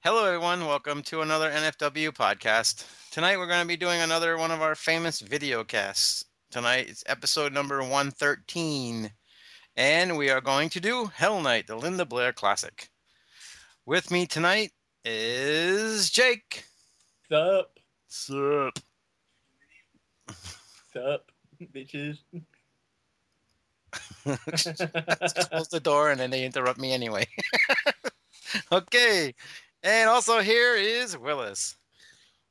Hello, everyone. Welcome to another NFW podcast. Tonight, we're going to be doing another one of our famous video casts. Tonight, it's episode number 113, and we are going to do Hell Night, the Linda Blair classic. With me tonight is Jake. Sup, Sup. sup, bitches. Close the door, and then they interrupt me anyway. okay. And also, here is Willis.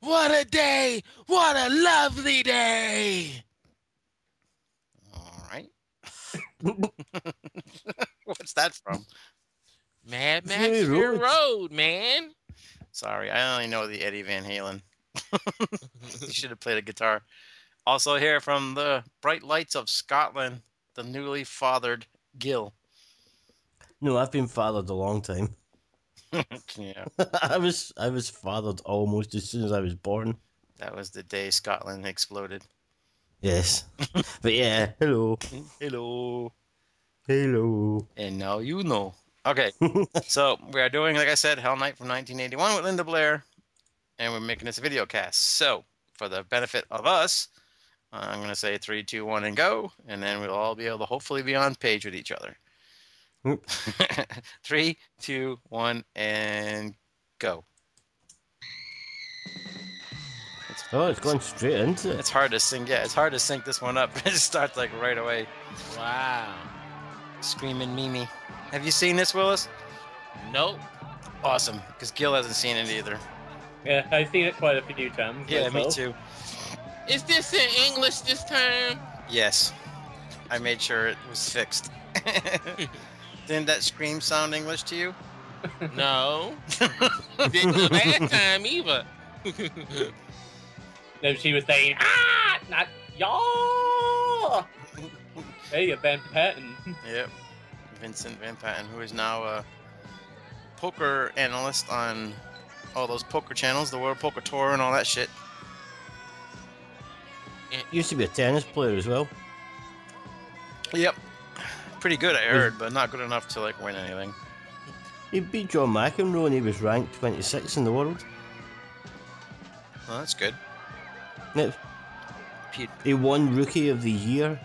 What a day! What a lovely day! All right. What's that from? Mad Max Hey, Fury Roach. Road, man. Sorry, I only know the Eddie Van Halen. He should have played a guitar. Also, here from the bright lights of Scotland, the newly fathered Gil. No, I've been fathered a long time. yeah, I was I was fathered almost as soon as I was born. that was the day Scotland exploded. Yes. but yeah, hello. Hello. Hello. And now you know. Okay, so we are doing, like I said, Hell Night from 1981 with Linda Blair, and we're making this a video cast. So, for the benefit of us, uh, I'm going to say three, two, one, and go, and then we'll all be able to hopefully be on page with each other. Oop. three, two, one, and go. Oh, it's going straight into it. It's hard to sync. Yeah, it's hard to sync this one up. It starts like right away. Wow. Screaming Mimi. Have you seen this, Willis? Nope. Awesome, because Gil hasn't seen it either. Yeah, I've seen it quite a few times. Yeah, me myself. too. Is this in English this time? Yes. I made sure it was fixed. Didn't that scream sound English to you? No. Didn't the last time either. No, she was saying, ah, not y'all. Hey, you're Ben Patton. Yep. Vincent Van Patten, who is now a poker analyst on all those poker channels, the World Poker Tour and all that shit. Used to be a tennis player as well. Yep. Pretty good, I heard, but not good enough to like win anything. He beat John McEnroe and he was ranked 26 in the world. Well, that's good. No, Pete. He won Rookie of the Year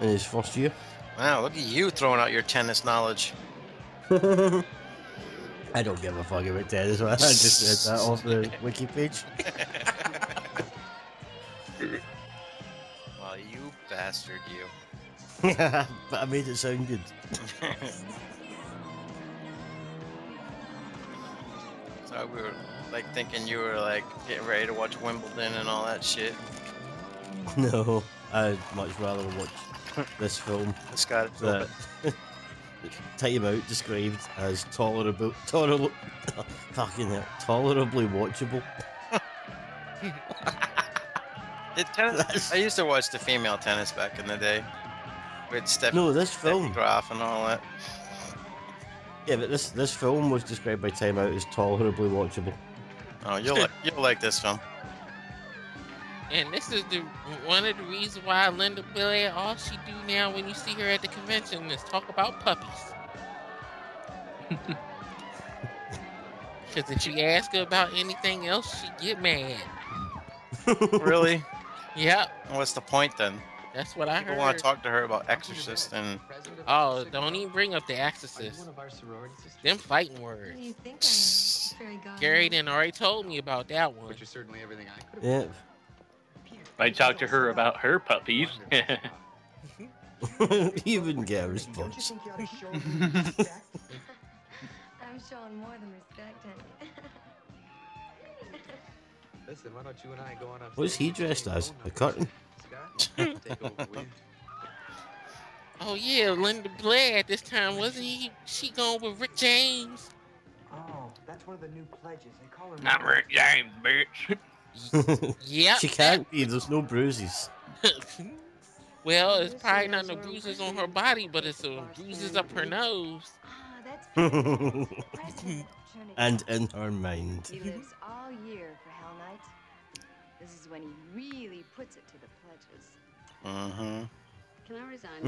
in his first year. Wow, look at you throwing out your tennis knowledge. I don't give a fuck about tennis. I just read that off the wiki page. Well, you bastard, you. but I made it sound good. so we were like thinking you were like getting ready to watch Wimbledon and all that shit. No, I'd much rather watch this film It's got it. that Time Out described as tolerable, tolerable, fucking hell, tolerably watchable. It tennis, That's- I used to watch the female tennis back in the day with Steffi No, this Steffi film, Graf and all that. yeah, but this this film was described by Time Out as tolerably watchable. Oh, you'll like you'll like this film. And this is the one of the reasons why Linda Blair, all she do now when you see her at the convention is talk about puppies. Because if you ask her about anything else, she get mad. really? Yep, What's the point then? that's what I People heard. want to talk to her about Exorcist and Oh, don't even bring up the Are you Exorcist. one of our sorority sisters? Them fighting Who do words. you think I am? Fairy godmother. Gary then already told me about that one. Which is certainly everything I could Yeah, I talked to her about her puppies. you wouldn't get a Don't you response. think you ought to show them respect? I'm showing more than respect. aren't Listen, why don't you and I go on up? What's he dressed as? A curtain? Scott, take over with. Oh yeah, Linda Blair at this time wasn't he? She going with Rick James? Oh, that's one of the new pledges. They call her. Not Rick James, bitch. Yep. she can't be. There's no bruises. well, it's probably not no bruises on her body, but it's uh, bruises up her nose. you? Ah, that's fantastic. and What a opportunity. uh, in her mind. He lives all year for Hell Night. This is when he really puts it to the pledges. hmm Can I resign?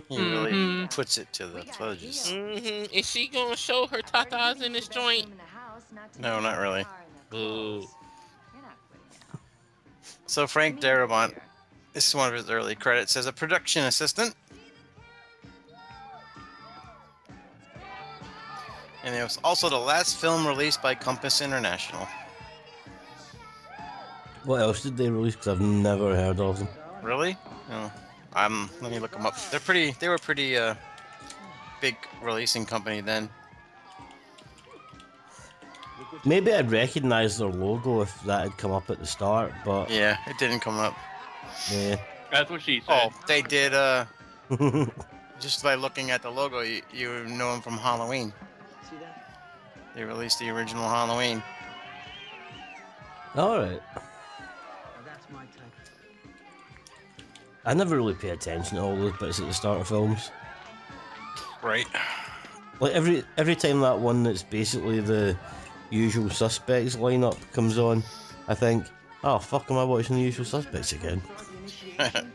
Mm-hmm. He really Mhm. puts it to the fudges. hmm Is she gonna show her tatas in this joint? No, not really. Boo. So Frank Darabont, this is one of his early credits as a production assistant. And it was also the last film released by Compass International. What else did they release? Because I've never heard of them. Really? No. I'm. Let me look them up. They're pretty. They were pretty uh, big releasing company then. Maybe I'd recognise their logo if that had come up at the start, but Yeah, it didn't come up. yeah. That's what she said. Oh, they did. Uh, just by looking at the logo, you, you would know them from Halloween. See that? They released the original Halloween. All right. Oh, Now that's my type. I never really pay attention to all those bits at the start of films. Right. Like every every time that one that's basically the usual suspects lineup comes on, I think, oh fuck, am I watching the usual suspects again?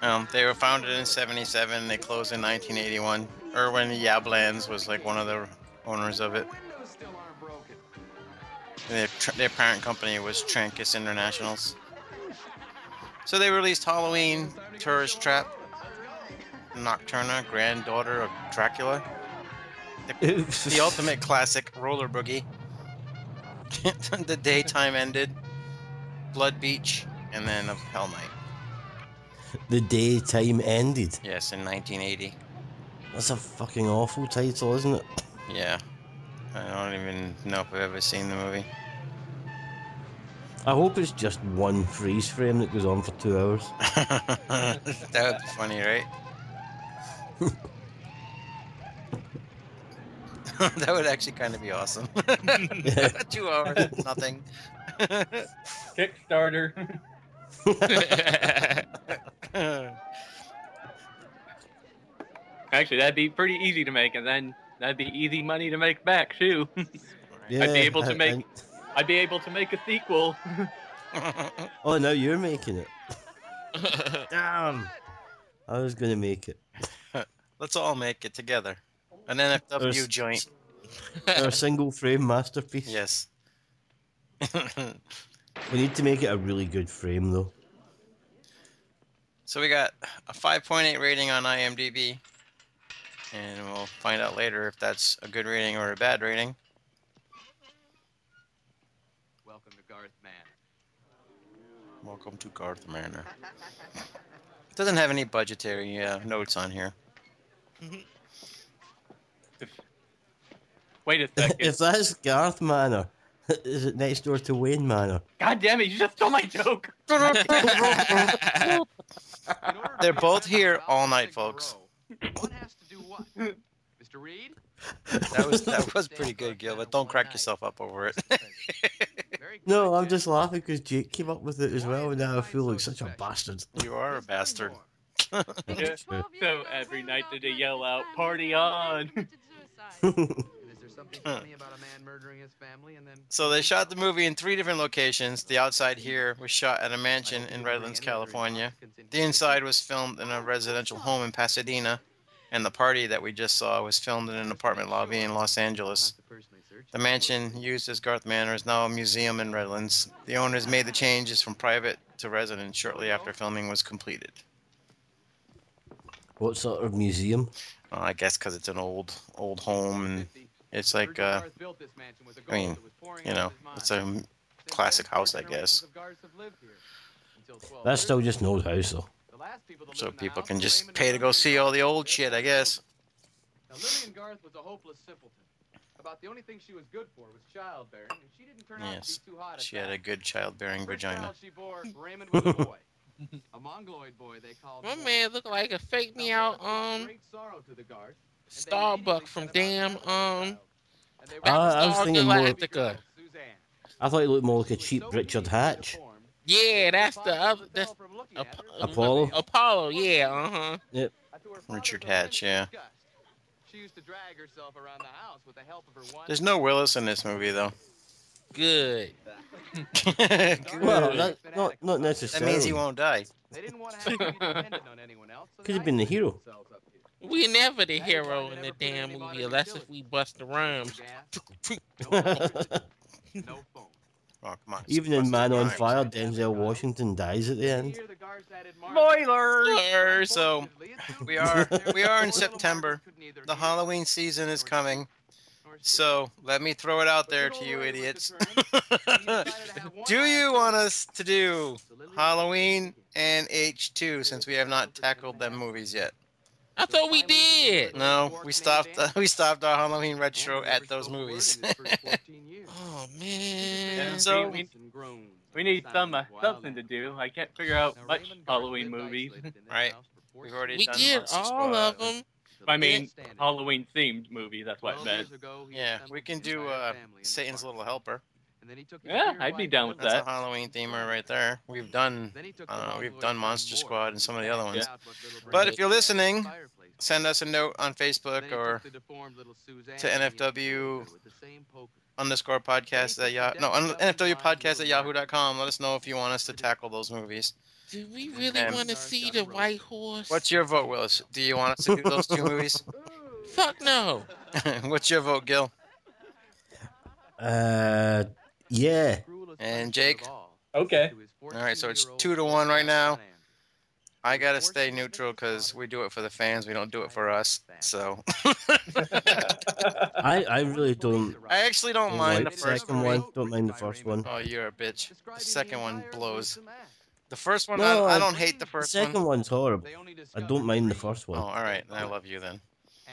Um, they were founded in '77. They closed in 1981. Erwin Yablans was like one of the owners of it. Windows still aren't broken. Their, tr- their parent company was Trankus Internationals. So they released Halloween, Tourist Trap, Nocturna, Granddaughter of Dracula, the ultimate classic, Roller Boogie, The Daytime Ended, Blood Beach, and then of Hell Night. the daytime ended. Yes, in 1980. That's a fucking awful title, isn't it? Yeah. I don't even know if I've ever seen the movie. I hope it's just one freeze frame that goes on for two hours. that would be funny, right? that would actually kind of be awesome. Two hours, nothing. Kickstarter. Actually, that'd be pretty easy to make, and then that'd be easy money to make back too. I'd be able to I- make- I- I'd be able to make a sequel. oh, now you're making it. Damn. I was gonna make it. Let's all make it together. An NFW There's- joint. Our single frame masterpiece. Yes. We need to make it a really good frame though. so we got a 5.8 rating on IMDb. And we'll find out later if that's a good rating or a bad rating. Welcome to Garth Man. Welcome to Garth Manor. It doesn't have any budgetary uh, notes on here. Wait a second. if that's Garth Manor, is it next door to Wayne Manor? God damn it! You just stole my joke. They're both here all night, folks. One has to do what? Mr. Reed? That was that was pretty good, Gil. But don't crack yourself up over it. Very good, No, I'm Jim. just laughing because Jake came up with it as Why well, is and now I mine feel so like such a special? bastard. You are a bastard. Yeah. So every night did they yell out, "Party on!" And is there something funny about a man murdering his family and then So they shot the movie in three different locations. The outside here was shot at a mansion in Redlands, California. The inside was filmed in a residential home in Pasadena, and the party that we just saw was filmed in an apartment lobby in Los Angeles. The mansion used as Garth Manor is now a museum in Redlands. The owners made the changes from private to residence shortly after filming was completed. What sort of museum? Uh, I guess because it's an old old home and it's like uh, I mean, you know it's a classic house, I guess. That's still just an old house, though. so people can just pay to go see all the old shit, I guess. Now, Lillian Garth was a hopeless simpleton. About the only thing she was good for was childbearing, and she didn't turn out Yes, to be too hot at She had that. a good childbearing First vagina. child she bore, Raymond was a boy. a mongoloid boy they called My Boy. man look like a fake Now, me Laura out caused um great sorrow to the Garth, and they Starbuck immediately from set about damn adopting a um child. And Uh, they raised I was Battlestar thinking more- a baby girl, Galactica. Suzanne. I thought it looked more like She a was cheap so Richard easily Hatch. deformed, Yeah, her that's the father could other tell that's from looking at Ap- her Apollo? Apollo, yeah, uh huh. after her Richard father's Hatch, yeah. disgust. She used to drag herself around the house with the help of her one There's no Willis in this movie though. Good. Well, Good. that, not not that necessarily. means he won't die. They didn't want to have to be dependent on anyone else. So Could have been the hero. We never the hero in the damn movie unless if we bust the rhymes. no phone. Oh, come on. Even Busta in Man on Rhymes. Fire, Denzel Washington dies at the end. Here the guards added Mark. Spoilers! Sir, So, Unfortunately, it's we over. are- we are in Little September. Margaret couldn't either The hear Halloween season is coming, nor see. so let me throw it out But there good to old you Larry was idiots. determined. He decided to have one do last you chance. want us to do So Lily- Halloween and H2 since we have not tackled them movies yet? I thought we did. No, we stopped. we stopped our Halloween retro at those movies. Oh man. So- we- We need some uh, something to do. I can't figure out much Halloween movies. Right. We've already We done did Monster all of Squad. them. I mean, Halloween themed movie. That's what I meant. Yeah, we can do uh, Satan's Little Helper. Yeah, I'd be down with That's that. a Halloween themer right there. We've done. I don't know, we've done Monster Squad and some of the other ones. But if you're listening, Send us a note on Facebook or to NFW underscore podcast at yahoo. No, un- NFW podcast at yahoo.com. Let us know if you want us to tackle those movies. Do we really Um, want to see the white horse? What's your vote, Willis? Do you want us to do those two movies? Fuck no. What's your vote, Gil? Uh, yeah. And Jake? Eh. Okay. All right, so it's two to one right now. I gotta stay neutral because we do it for the fans. We don't do it for us. So I, I really don't. I actually don't don't mind like the the first second one. one. Don't mind the first one. Oh, you're a bitch. The second one blows. The first one, No, I, I I- don't hate the The first second one. one's horrible. I don't mind the first Oh, one. all right. I love you then.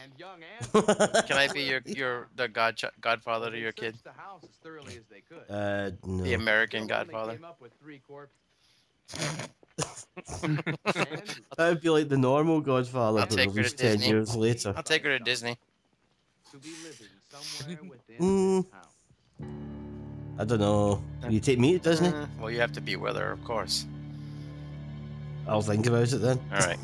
And young Oh. and Can I be your your the god godfather to your kid? The house as thoroughly as they could. Uh, The no. American Still only Godfather. came up with three corpses. That would be like the normal Godfather, I'll but take her to released ten Disney. years later. I'll take her to Disney. To be living somewhere within Mm, this house. I don't know. Will you take me to Disney? Uh, well, you have to be with her, of course. I'll think about it then. All right.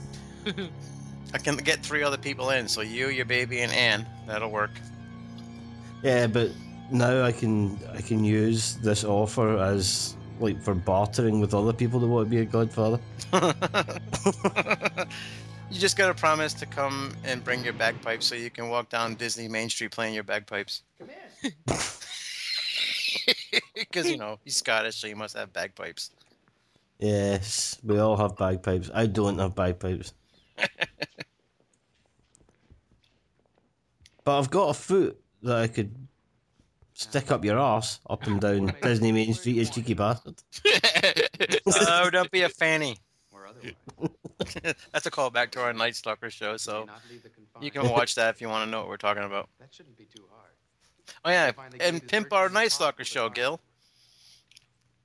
I can get three other people in. So you, your baby, and Anne. That'll work. Yeah, but now I can I can use this offer as like for bartering with other people that want to be a Godfather. you just gotta promise to come and bring your bagpipes so you can walk down Disney Main Street playing your bagpipes. Come in. Because you know he's Scottish, so you must have bagpipes. Yes, we all have bagpipes. I don't have bagpipes. but I've got a foot that I could stick up your ass up and down Disney Main Street, you cheeky bastard. oh, don't be a fanny. Or otherwise. That's a callback to our Night Stalker show, so May not leave the confines. you can watch that if you want to know what we're talking about. That shouldn't be too hard. Oh yeah, Find the and greatest pimp our virtues Night possible Stalker with show, our- Gil.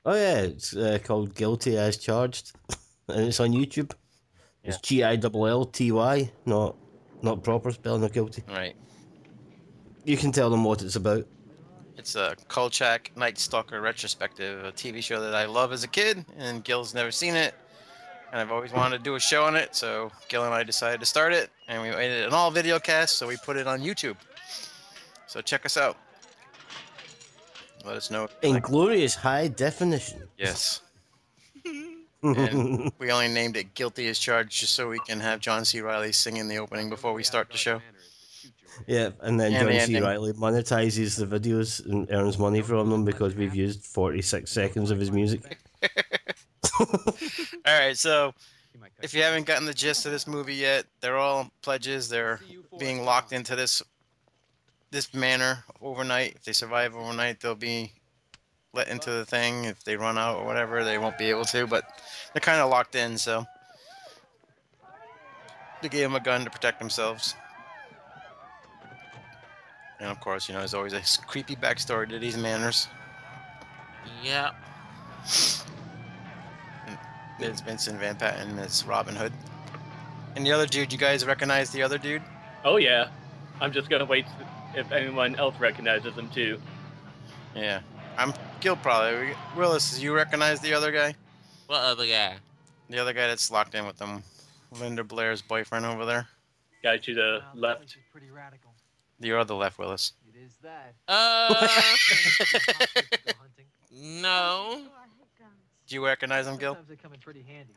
Oh yeah, it's uh, called Guilty as Charged, and it's on YouTube. It's G I double L T Y, not not proper spelling of guilty. Right. You can tell them what it's about. It's a Kolchak Night Stalker retrospective, a TV show that I love as a kid, and Gil's never seen it. And I've always wanted to do a show on it, so Gil and I decided to start it, and we made it an all video cast, so we put it on YouTube. So check us out. Let us know. In glorious high definition. Yes. And we only named it Guilty as Charged just so we can have John C. Riley singing the opening before we start the show. Yeah, and then And the John C. ending. Riley monetizes the videos and earns money from them because we've used 46 seconds of his music. All right, so if you haven't gotten the gist of this movie yet, they're all pledges. They're being locked into this this manor overnight. If they survive overnight, they'll be let into the thing. If they run out or whatever, they won't be able to. But they're kind of locked in, so they gave them a gun to protect themselves. And of course, you know, there's always a s- creepy backstory to these manors. yeah. There's Vincent Van Patten. There's Robin Hood. And the other dude, you guys recognize the other dude? Oh yeah. I'm just gonna wait if anyone else recognizes them too. Yeah, I'm Gil probably. Willis, you recognize the other guy? What other guy? The other guy that's locked in with them, Linda Blair's boyfriend over there. Guy to the left. Pretty radical. The other left, Willis. It is that. Uh, Go hunting. no, No. Do you recognize him, Gil? Sometimes they come in pretty handy.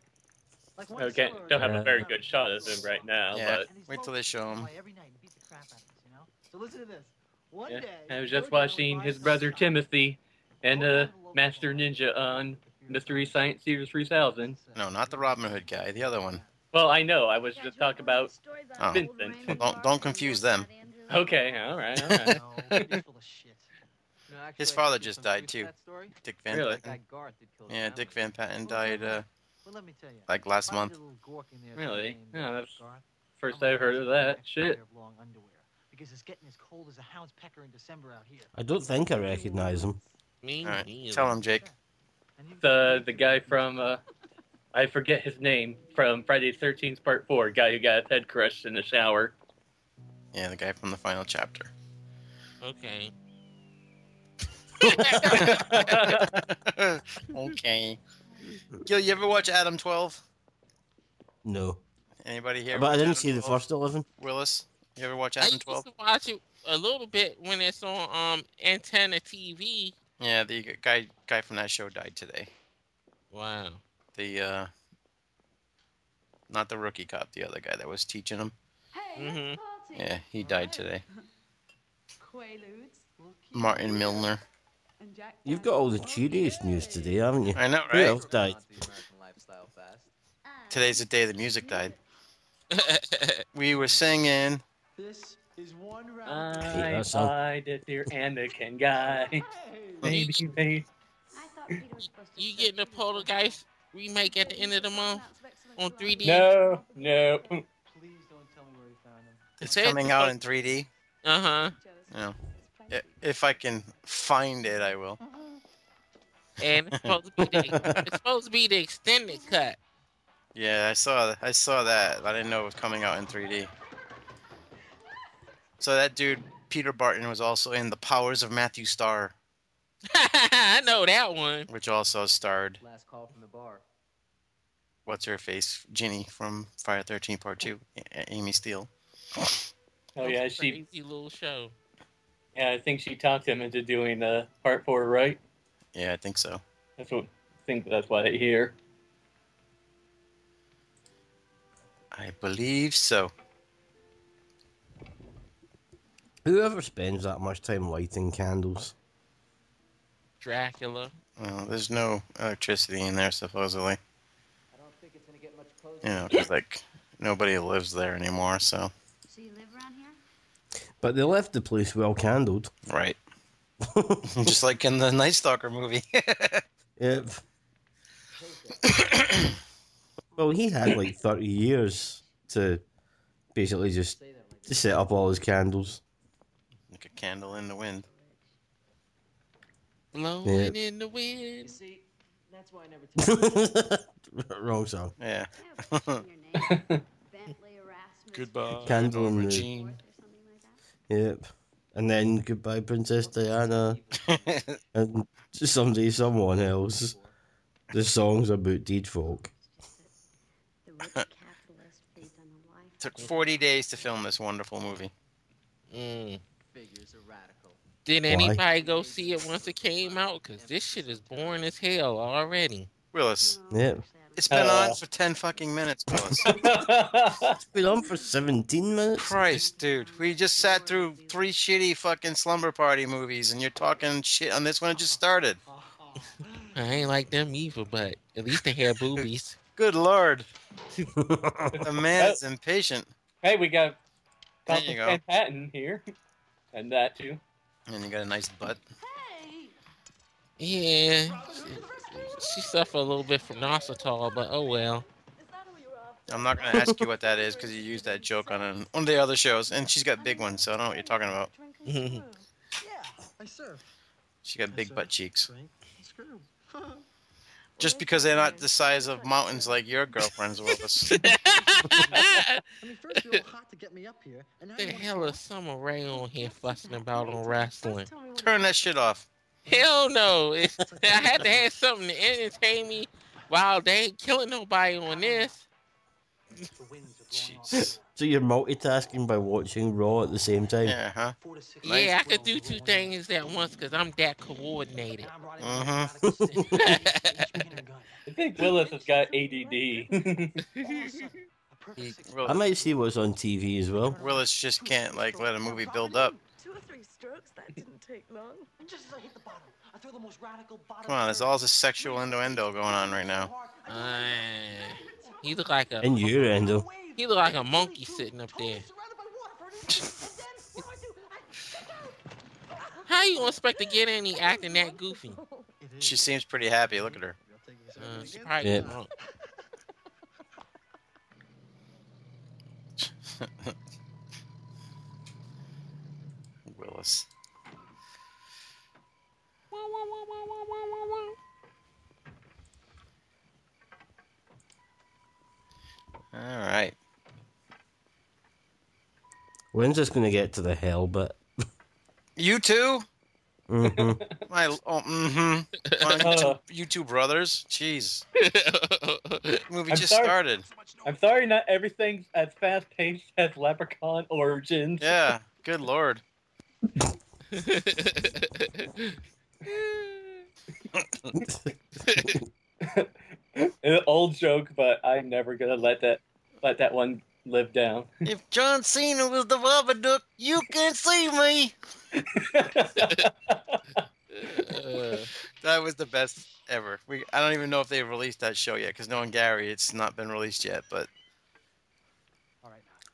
Like one Okay, seller- don't have a Yeah. very good shot of him right now, Yeah. but And he Wait till smokes they show them 'em. away every night and beats the crap out of us, you know? So listen to this. One Yeah, day, I was your just dad will watching buy his some brother stuff. Timothy and Go uh, down to the local Master mall. Ninja on If you're Mystery not- Science Theater 3000. No, not the Robin Hood guy. The other one. Well, I know. I was just talking about. Oh. Vincent. Don't- don't confuse them. Okay, all right, all right. No, you're full of shit. No, actually, His I father told you just some died, truth too. to that story. Dick Van. Really? That guy Patten. Garth did kill his Yeah, family. Dick Van Patten Well, died uh, Well, let me tell you. like last Why was month. there a little gork in there Really? named Yeah, that's Garth? First I'm I've heard gonna of buy an that. extra Shit. pair of long underwear, Because it's getting as cold as a hound's pecker in December out here. I don't think I recognise him. Me All right, neither. tell him, Jake. And you've got The to the make guy it- from uh, I forget his name from Friday the 13th Part Four. Guy who got his head crushed in the shower. Yeah, the guy from the final chapter. Okay. okay. Gil, you ever watch Adam Twelve? No. Anybody here? But I watch didn't Adam see the 12? first 11. Willis, you ever watch I Adam used Twelve? to watch it a little bit when it's on um antenna TV. Yeah, the guy guy from that show died today. Wow. The uh, not the rookie cop, the other guy that was teaching him. Mm-hmm. Mhm. Yeah, he died today. Quaaludes Martin Milner. and Jack. You've got all the cheeriest news today, haven't you? I know, Who right? else died? Not the American lifestyle fast. Today's the day the music died. We were singing. This is one round. I that song. I did your Anakin guy. Maybe they you getting the Poltergeist remake at the end of the month? on 3D? No, no. Please don't tell me where you found him. It's Say it. coming out in 3D. uh huh. No. I- If I can find it, I will. Mm-hmm. And it's supposed to be the it's supposed to be the extended cut. Yeah, I saw I saw that. I didn't know it was coming out in 3D. So that dude Peter Barton was also in The Powers of Matthew Starr, I know that one. which also starred Last call from the bar. what's her face Ginny from Fire 13 Part 2, A- A- Amy Steele. Oh yeah, she. crazy little show. Yeah, I think she talked him into doing uh, Part Four, right? Yeah, I think so. That's what I think that's what I hear. I believe so. Whoever spends that much time lighting candles. Dracula. Well, there's no electricity in there supposedly. I don't think it's gonna get much closer. You know, 'cause, like nobody lives there anymore. So So you live around here? But they left the place well candled. right, just like in the Night Stalker movie. Yep. well, he had like 30 years to basically just Say that like to set up all his candles. like a candle in the wind. Blowing in the wind. see, that's why I never Wrong song. Yeah. Goodbye. Candle in the- Jean. Yep. And then goodbye, Princess Diana, and someday someone else. The song's about deed folk. Took 40 days to film this wonderful movie. Mm. figures are radical. Did Why? anybody go see it once it came out? Cause this shit is boring as hell already. Willis, Yep. it's been Uh. on for 10 fucking minutes, Willis. Been on for 17 minutes. Christ, dude. We just sat through three shitty fucking slumber party movies, and you're talking shit on this one that just started. I ain't like them either, but at least they had boobies. Good lord. The man is impatient. hey, we got There Dr. you go. Stan Patton here, and that too. And you got a nice butt. Yeah. She, she suffered a little bit from Nositol, but oh well. I'm not going to ask you what that is because you used that joke on an, one of the other shows, and she's got big ones, so I don't know what you're talking about. Yeah, I serve. She got big butt cheeks. Drink. Screw. Just because they're not the size of mountains like your girlfriend's, Willis. I mean, first you were hot to get me up here, and now the you wanna- hell is Summer Rae on here fussing about on wrestling? Turn that shit off. Hell no. It's, I had to have something to entertain me while they ain't killing nobody on this. The winds are Jeez. So you're multitasking by watching Raw at the same time. Yeah, huh? Four to six Nice. Yeah, I could do two things Mm-hmm. at once because I'm that coordinated. And I'm riding Mhm. with the Radical City. Speaking of gun, I think Willis has got ADD. all of a sudden, a perfect Yeah, six- I Willis, might see what's on TV as well. Willis just can't like let a movie build up. Two or three strokes, that didn't take long. And just as I hit the bottom, I throw the most radical bottom. Come on, there's turn. all this sexual innuendo going on right now. Uh, he look like a And you're Endo. he look like a monkey sitting up there. How you gonna expect to get any acting that goofy? She seems pretty happy. Look at her. Uh, she probably Yeah. drunk. Willis. Wah, wah, wah, wah, wah, wah, wah, wah. All right. When's this going to get to the hell bit? You two? hmm My oh, mm-hmm. One of you, two, you two brothers? Jeez. Movie I'm just sorry. started. I'm sorry, not everything's as fast paced as Leprechaun Origins. Yeah. Good lord. An old joke, but I'm never gonna let that let that one live down. If John Cena was the Babadook, you can see me. Uh, That was the best ever. We I don't even know if they released that show yet because knowing Gary, it's not been released yet. But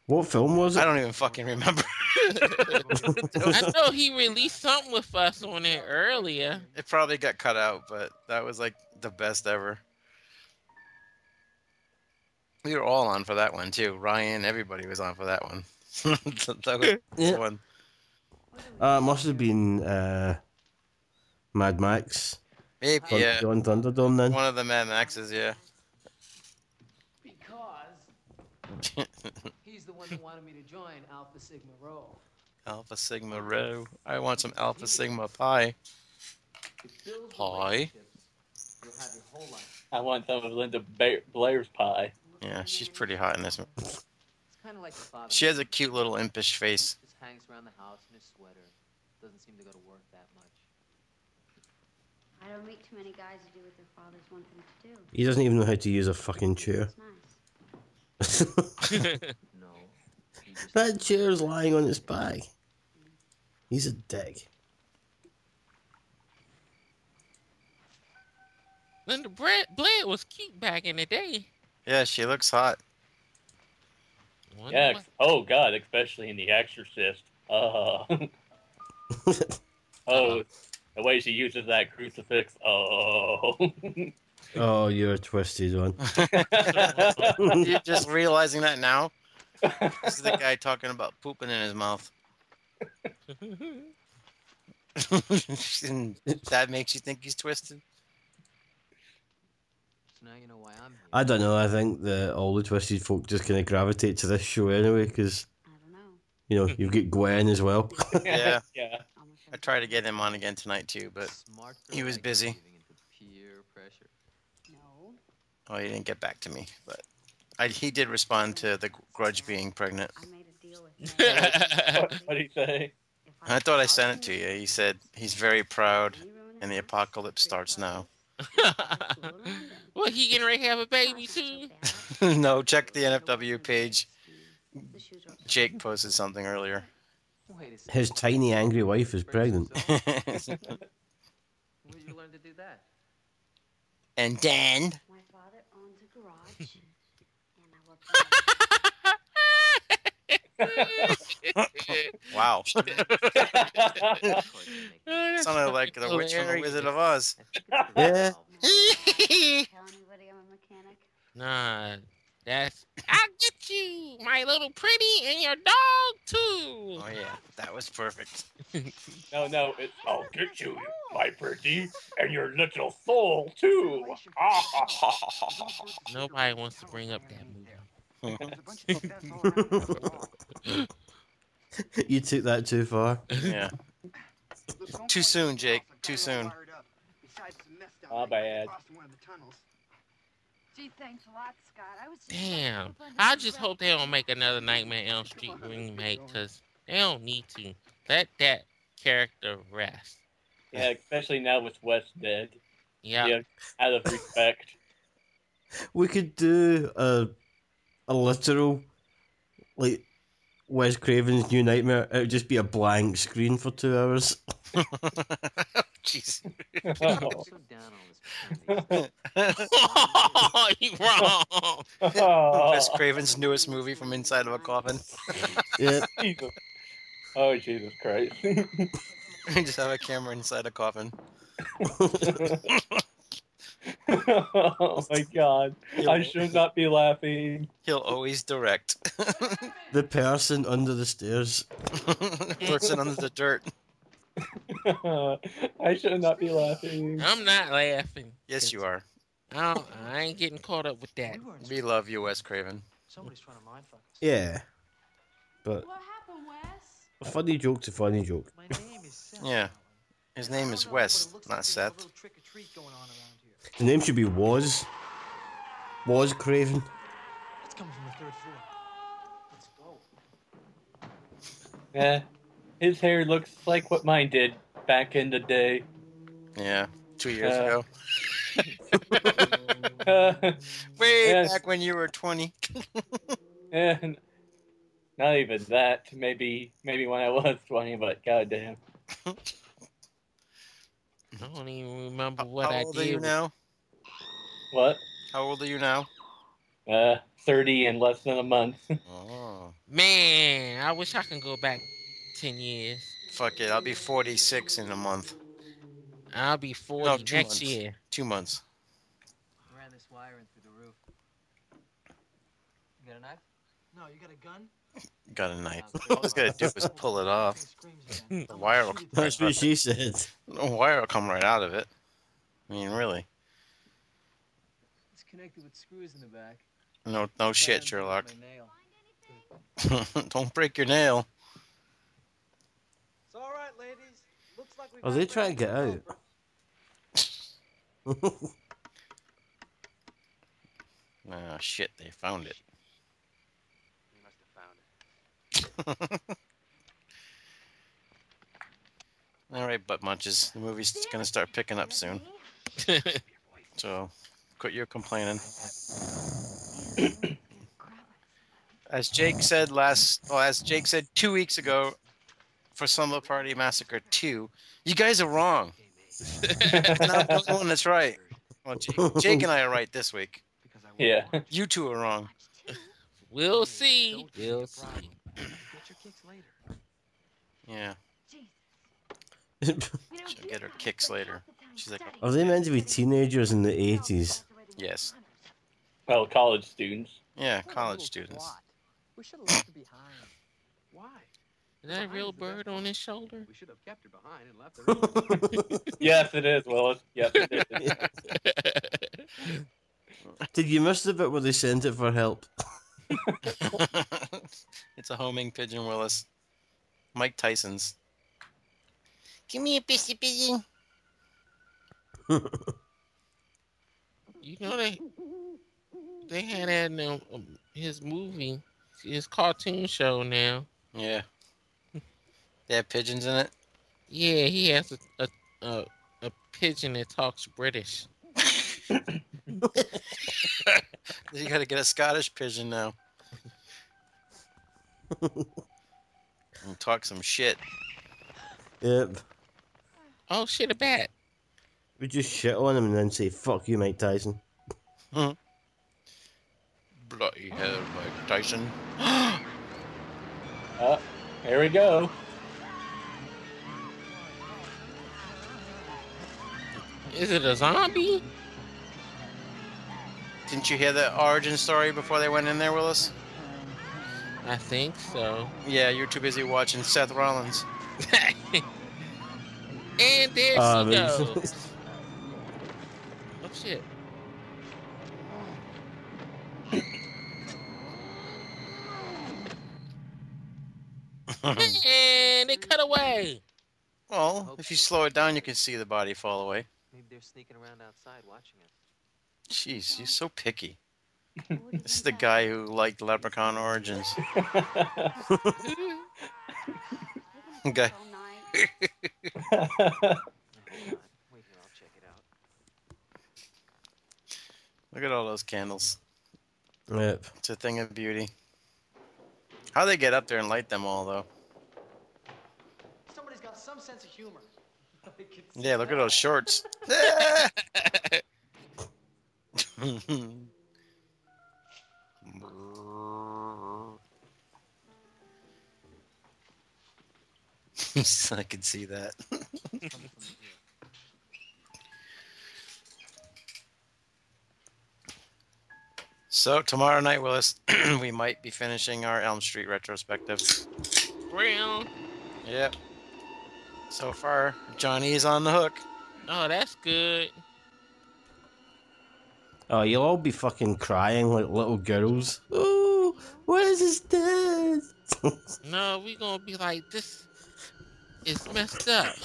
What film was I it? don't even fucking remember. I know he released something with us on it earlier. It probably got cut out, but that was like the best ever. We were all on for that one too. Ryan, everybody was on for that one. that was the Yeah. one. Uh, it must have been uh, Mad Max. Maybe, Thun- yeah, John Thunderdome then. one of the Mad Maxes. Yeah, Because he's the one who wanted me to join Alpha Sigma Rho. Alpha Sigma Rho. I want some Alpha Sigma Pi. It builds Hi. relationships You'll have your whole life. I want some of Linda ba- Blair's pie. Yeah, she's pretty hot in this. one. It's kind of like the father. She has a cute little impish face. Just hangs around the house in his sweater. Doesn't seem to go to work that much. I don't meet too many guys who do what their fathers want them to do. He doesn't even know how to use a fucking chair. It's nice. No. He just that chair's lying on its back. He's a dick. Linda Brad Blair was cute back in the day. Yeah, she looks hot. Wonder Yeah. what- Oh God, especially in The Exorcist. Uh, oh, the way she uses that crucifix. Oh. Oh, you're a twisted one. You're just realizing that now. This is the guy talking about pooping in his mouth. and that makes you think he's twisted. So now you know why I'm here. I don't know. I think that all the twisted folk just kind of gravitate to this show anyway, because I don't know. you know you've got Gwen as well. Yeah. yeah. Almost I tried to get him on again tonight too, but Smart for he was like busy. giving into peer pressure. No. oh, he didn't get back to me. But I, he did respond to the grudge being pregnant. I made a deal with them. What what do you say? If I thought I sent it to you. He said he's very proud. You ruin and the house, apocalypse free starts now. clothes, cool around them. Well, he getting ready to have a baby House is so too. bad. no, check the NFW page. The shoes are upside Jake down. posted something earlier. Wait a second. His tiny angry wife is pregnant. Where did you learn to do that? and then My father owns a garage, and I work. there. wow, Of course you make it. sounded like the witch from the Wizard of Oz. I think Yeah. it's twelve. No, I don't Tell anybody I'm a mechanic. Nah, that's I'll get you, my little pretty, and your dog too. Oh yeah, that was perfect. No, no, it's I'll get you, my pretty, and your little soul too. Ah, ha, ha, ha, ha, ha, ha. Nobody wants to bring up that movie. There's a bunch of stuff all around the wall. you took that too far. Yeah. Too soon, Jake. Too soon. My bad. Gee, thanks a lot, Scott. I was just Damn. I just hope they don't make another Nightmare on Elm Street remake because they don't need to. Let that character rest. Yeah, especially now with West dead. Yeah. out of respect. We could do a a literal like Wes Craven's New Nightmare. It would just be a blank screen for two hours. Jeez. Oh. Oh. you wrong. Wes Craven's newest movie from inside of a coffin. yeah. Oh Jesus Christ! Just have a camera inside a coffin. oh my God! I should not be laughing. He'll always direct. The person under the stairs. Person under the dirt. I should not be laughing. I'm not laughing. Yes, you are. I, don't- I ain't getting caught up with that. We love you, Wes Craven. Somebody's trying to mindfuck us. Yeah. But What happened, Wes? a funny joke's a funny joke. My name is Seth. Yeah. His name is Wes, not Seth. A little trick or treat going on around here. The name should be Was. Was Craven. That's coming from the third floor. Let's go. Yeah, Eh. his hair looks like what mine did back in the day. Yeah, two years Uh, ago. Way yes. back when you were 20. and not even that. Maybe maybe when I was twenty, but goddamn. I don't even remember what How I old are did. you with- now? What? How old are you now? Uh, thirty in less than a month. Oh, Man, I wish I can go back 10 years. fuck it. I'll be 46 in a month. I'll be 40 No, next two months. year. Two months. Ran this wire in through the roof. You got a knife? No, you got a gun? Got a knife. All I was gonna do was pull it off. The wire will come That's what she said. The wire will come right out of it. I mean, really. It's connected with screws in the back. No, no shit, Try and Sherlock. break my nail. Don't break your nail. It's all right, ladies. Looks like we. Are they Oh, trying to get out? Ah, shit, they found it. You must have found it. All right, butt munches. The movie's gonna start picking up soon, so quit your complaining. As Jake said last, well, as Jake said two weeks ago, for Slumber Party Massacre Two, you guys are wrong. Not the only one that's right. Well, Jake, Jake and I are right this week. yeah. You two are wrong. we'll see. We'll see. Get your kicks later. Yeah, Are she'll get her kicks later. She's like, they meant to be teenagers in the 80s? yes, Well, college students. yeah, college students. We should have left her behind. Why? Is that a real bird on his shoulder? We should have kept her behind and left her. Yes, it is, Willis. Yes, it is. Did you miss the bit where they sent it for help? it's a homing pigeon, Willis. Mike Tyson's. Give me a pissy pigeon. you know they they had that in um, um, his movie, his cartoon show now. Yeah. They have pigeons in it. Yeah, he has a a, a, a pigeon that talks British. You got to get a Scottish pigeon now. and talk some shit. Yep. Oh shit, a bat. We just shit on him and then say, fuck you, Mike Tyson. Bloody hell, Mike Tyson. Uh, here we go. Is it a zombie? Didn't you hear the origin story before they went in there, Willis? I think so. Yeah, you were too busy watching Seth Rollins. and there Ah, she man. goes. oh shit. and they cut away. Well, if you slow it down, you can see the body fall away. Maybe they're sneaking around outside watching us. Jeez, you're so picky. This is the guy who liked Leprechaun Origins. guy. Wait here, I'll check it out. Look at all those candles. Yep. It's a thing of beauty. How they get up there and light them all though? Somebody's got some sense of humor. I can see Yeah, look at that. those shorts. I can see that. so tomorrow night, Willis, we might be finishing our Elm Street retrospective. Real. Yep. So far, Johnny's on the hook. Oh, that's good. Oh, you'll all be fucking crying like little girls. Oh, where's his dad? No, we gonna be like this. It's messed up.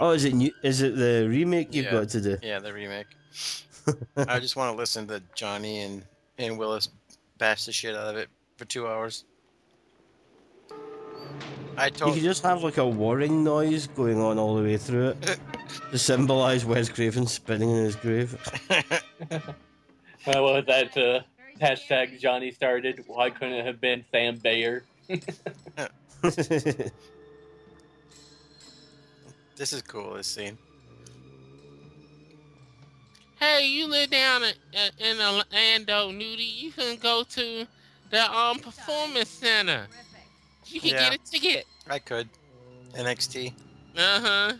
oh, is it new? Is it the remake you've Yeah. got to do? Yeah, the remake. I just want to listen to Johnny and, and Willis bash the shit out of it for two hours. I You told could just have like a warring noise going on all the way through it to symbolise Wes Craven spinning in his grave. Uh, what was that uh, hashtag Johnny started? Why couldn't it have been Sam Bayer? this is cool. This scene. Hey, you live down in, in Orlando, Nudie. You can go to the um performance center. You can Yeah. get a ticket. I could NXT. Uh huh.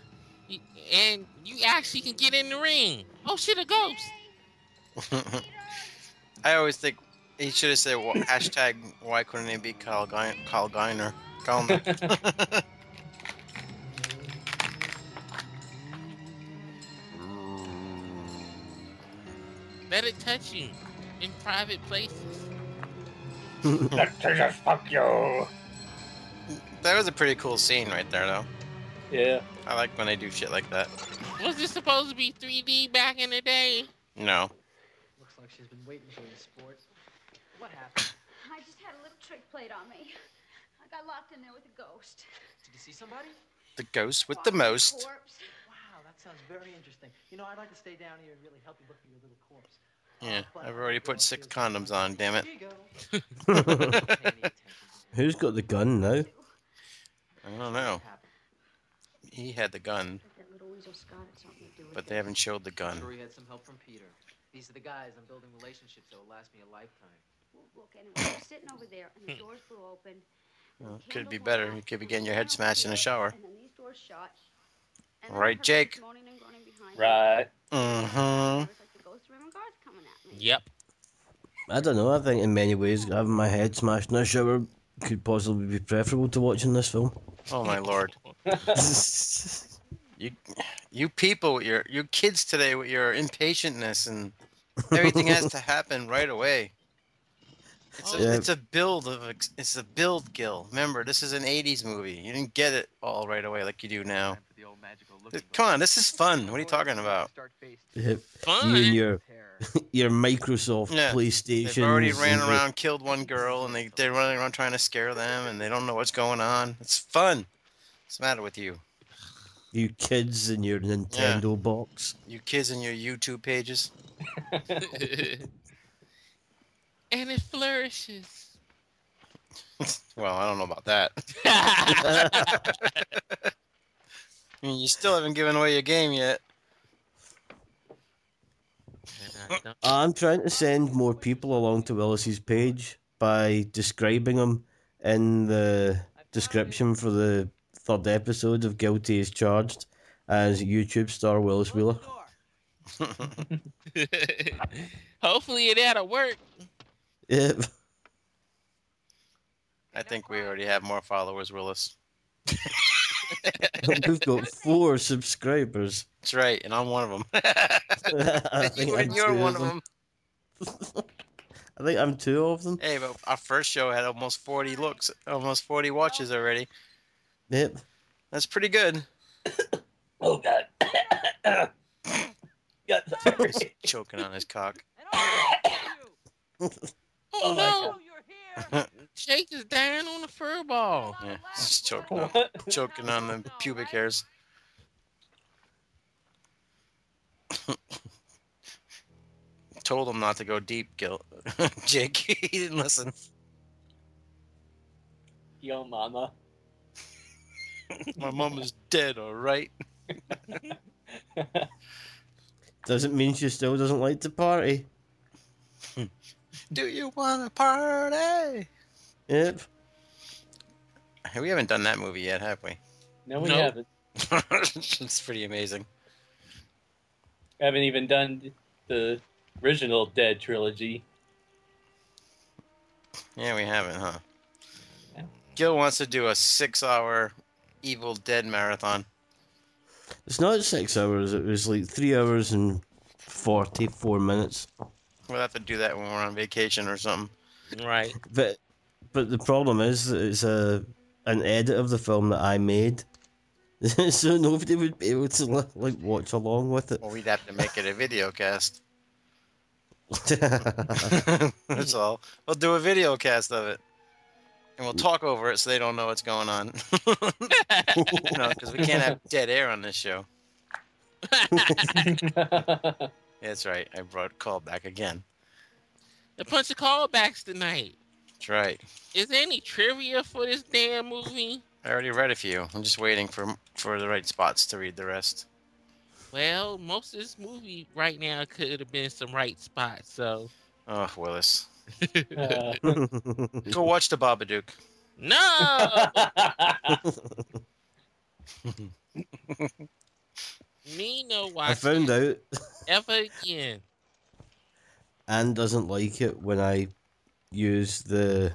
And you actually can get in the ring. Oh shit, a ghost. I always think he should have said well, hashtag Why couldn't it be Kyle Guy- Kyle Giner? Gallner. Let it touch you in private places. fuck you. that was a pretty cool scene right there, though. Yeah. I like when they do shit like that. Was this supposed to be 3D back in the day? No. Looks like she's been waiting for this sport. What happened? I just had a little trick played on me. I got locked in there with a ghost. Did you see somebody? The ghost with the most. Corpse. Wow, that sounds very interesting. You know, I'd like to stay down here and really help you look for your little corpse. Yeah, I've already put six condoms on, damn it. Here you go. Pay any I attention to Who's got the gun now? don't what know. happened. He had the gun, Like that little weasel Scott had something to do with but it. they haven't showed the gun. Sure, he had some help from Peter. These are the guys I'm building relationships that will last me a lifetime. Well, Look, anyway, we're sitting over there, and Hmm. the doors blew open. and the Well, could candles be went better. out, You could be and getting your I head went smashed in the upstairs, shower. And then these doors shut. and Right, I heard this Jake? moaning and groaning behind me. Right. It Mm-hmm. was like the ghost of Raymond Garth coming at me. Yep. I don't know. I think in many ways having my head smashed in a shower could possibly be preferable to watching this film. Oh my lord. You you people with your you kids today with your impatientness and everything has to happen right away. It's Oh, a, Yeah. it's a build of ex- it's a build gill. Remember, this is an 80s movie. You didn't get it all right away like you do now. Time for the old magical Th- looking Come glass. on, this is fun. What are you talking about? Start face to Yep. You Fun. and your terror. your Microsoft Yeah, PlayStation. They've already ran around, killed one girl, and they, they're running around trying to scare them, and they don't know what's going on. It's fun. What's the matter with you? You kids in your Nintendo box. You kids and your YouTube pages. and it flourishes. Well, I don't know about that. I mean, you still haven't given away your game yet. I'm trying to send more people along to Willis's page by describing them in the description for the third episode of Guilty as Charged as YouTube star Willis Wheeler. Hopefully it that'll work. Yep. I think we already have more followers, Willis. We've got four subscribers. That's right, and I'm one of them. I think you I'm and you're two one of them. I think I'm two of them. Hey, but our first show had almost 40 looks, almost 40 watches already. Yep. That's pretty good. Oh God. Got Chris choking on his cock. Oh, no! yeah, Shake is dying on the fur ball. Oh, just choking on, choking on the pubic hairs. Told him not to go deep, Gil. Jake, he didn't listen. Yo, mama. My mom is dead, all right. Doesn't mean she still doesn't like to party. Do you want to party? Yep. We haven't done that movie yet, have we? No, we No. haven't. it's pretty amazing. haven't even done the original Dead trilogy. Yeah, we haven't, huh? Gil wants to do a six-hour Evil Dead marathon. It's not six hours. It was like three hours and forty-four minutes. We'll have to do that when we're on vacation or something. Right. But but the problem is that it's a an edit of the film that I made, so nobody would be able to li- like watch along with it. Well, we'd have to make it a video cast. That's all. We'll do a video cast of it. And we'll talk over it so they don't know what's going on. no, because we can't have dead air on this show. That's That's right. I brought call back again. The bunch of callbacks tonight. That's right. Is there any trivia for this damn movie? I already read a few. I'm just waiting for for the right spots to read the rest. Well, most of this movie right now could have been some right spots. So Oh, Willis. Go watch the Babadook. no, me no I watch found out ever again. Anne doesn't like it when I use the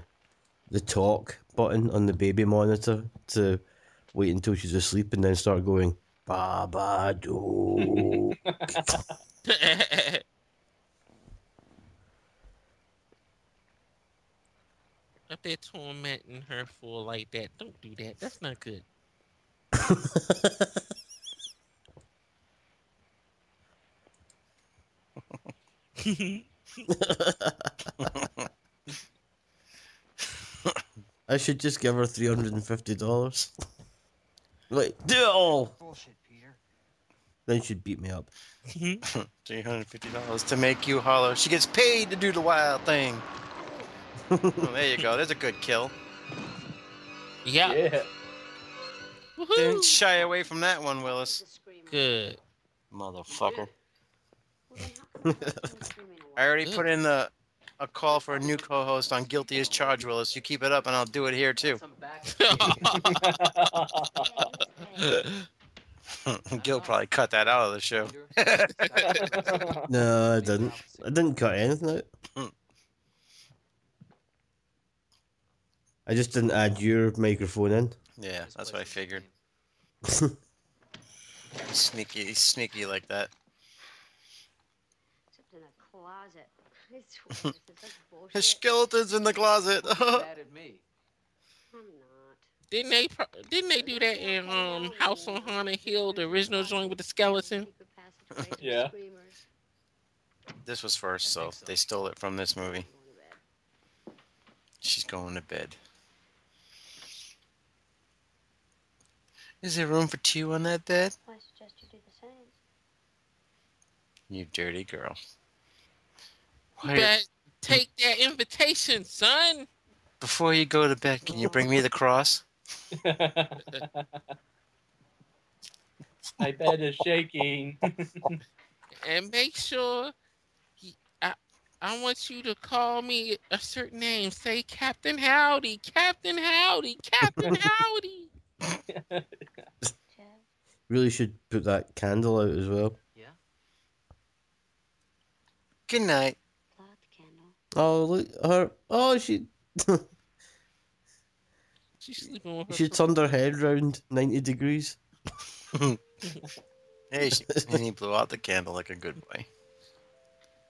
the talk button on the baby monitor to wait until she's asleep and then start going Baba do. I bet tormenting her for like that. Don't do that. That's not good. I should just give her three hundred and fifty dollars. Like do it all. Bullshit, Peter. Then she'd beat me up. Three hundred fifty dollars to make you hollow. She gets paid to do the wild thing. well, there you go. There's a good kill. Yeah. yeah. Woohoo. Didn't shy away from that one, Willis. He's a screamer. Good. Motherfucker. Well, then how come you're not screaming a lot? I already put in the a call for a new co-host on Guilty as Charged, Willis. You keep it up, and I'll do it here too. Some back. Gil probably cut that out of the show. No, I didn't. I didn't cut anything out. I just didn't add your microphone in. Yeah, that's what I figured. Sneaky, sneaky like that. Except in a closet. I swear, this is such bullshit. His skeleton's in the closet. Mad at me. I'm not. Didn't they? pro- Didn't they do that in um House on Haunted Hill, the original joint with the skeleton? Keep your passage away Yeah. from screamers. this was first, so they stole it from this movie. I'm going to bed. She's going to bed. Is there room for two on that bed? I suggest you do the same. You dirty girl. Why- But take that invitation, son. before you go to bed, can you bring me the cross? My bed is shaking. and make sure y- I, I want you to call me a certain name. Say Captain Howdy, Captain Howdy, Captain Howdy. Jeff, Really should put that candle out as well. Good night. blow out the candle. Oh look her! Oh she She's sleeping with her. she turned her head round ninety degrees. Hey, she, and he blew out the candle like a good boy.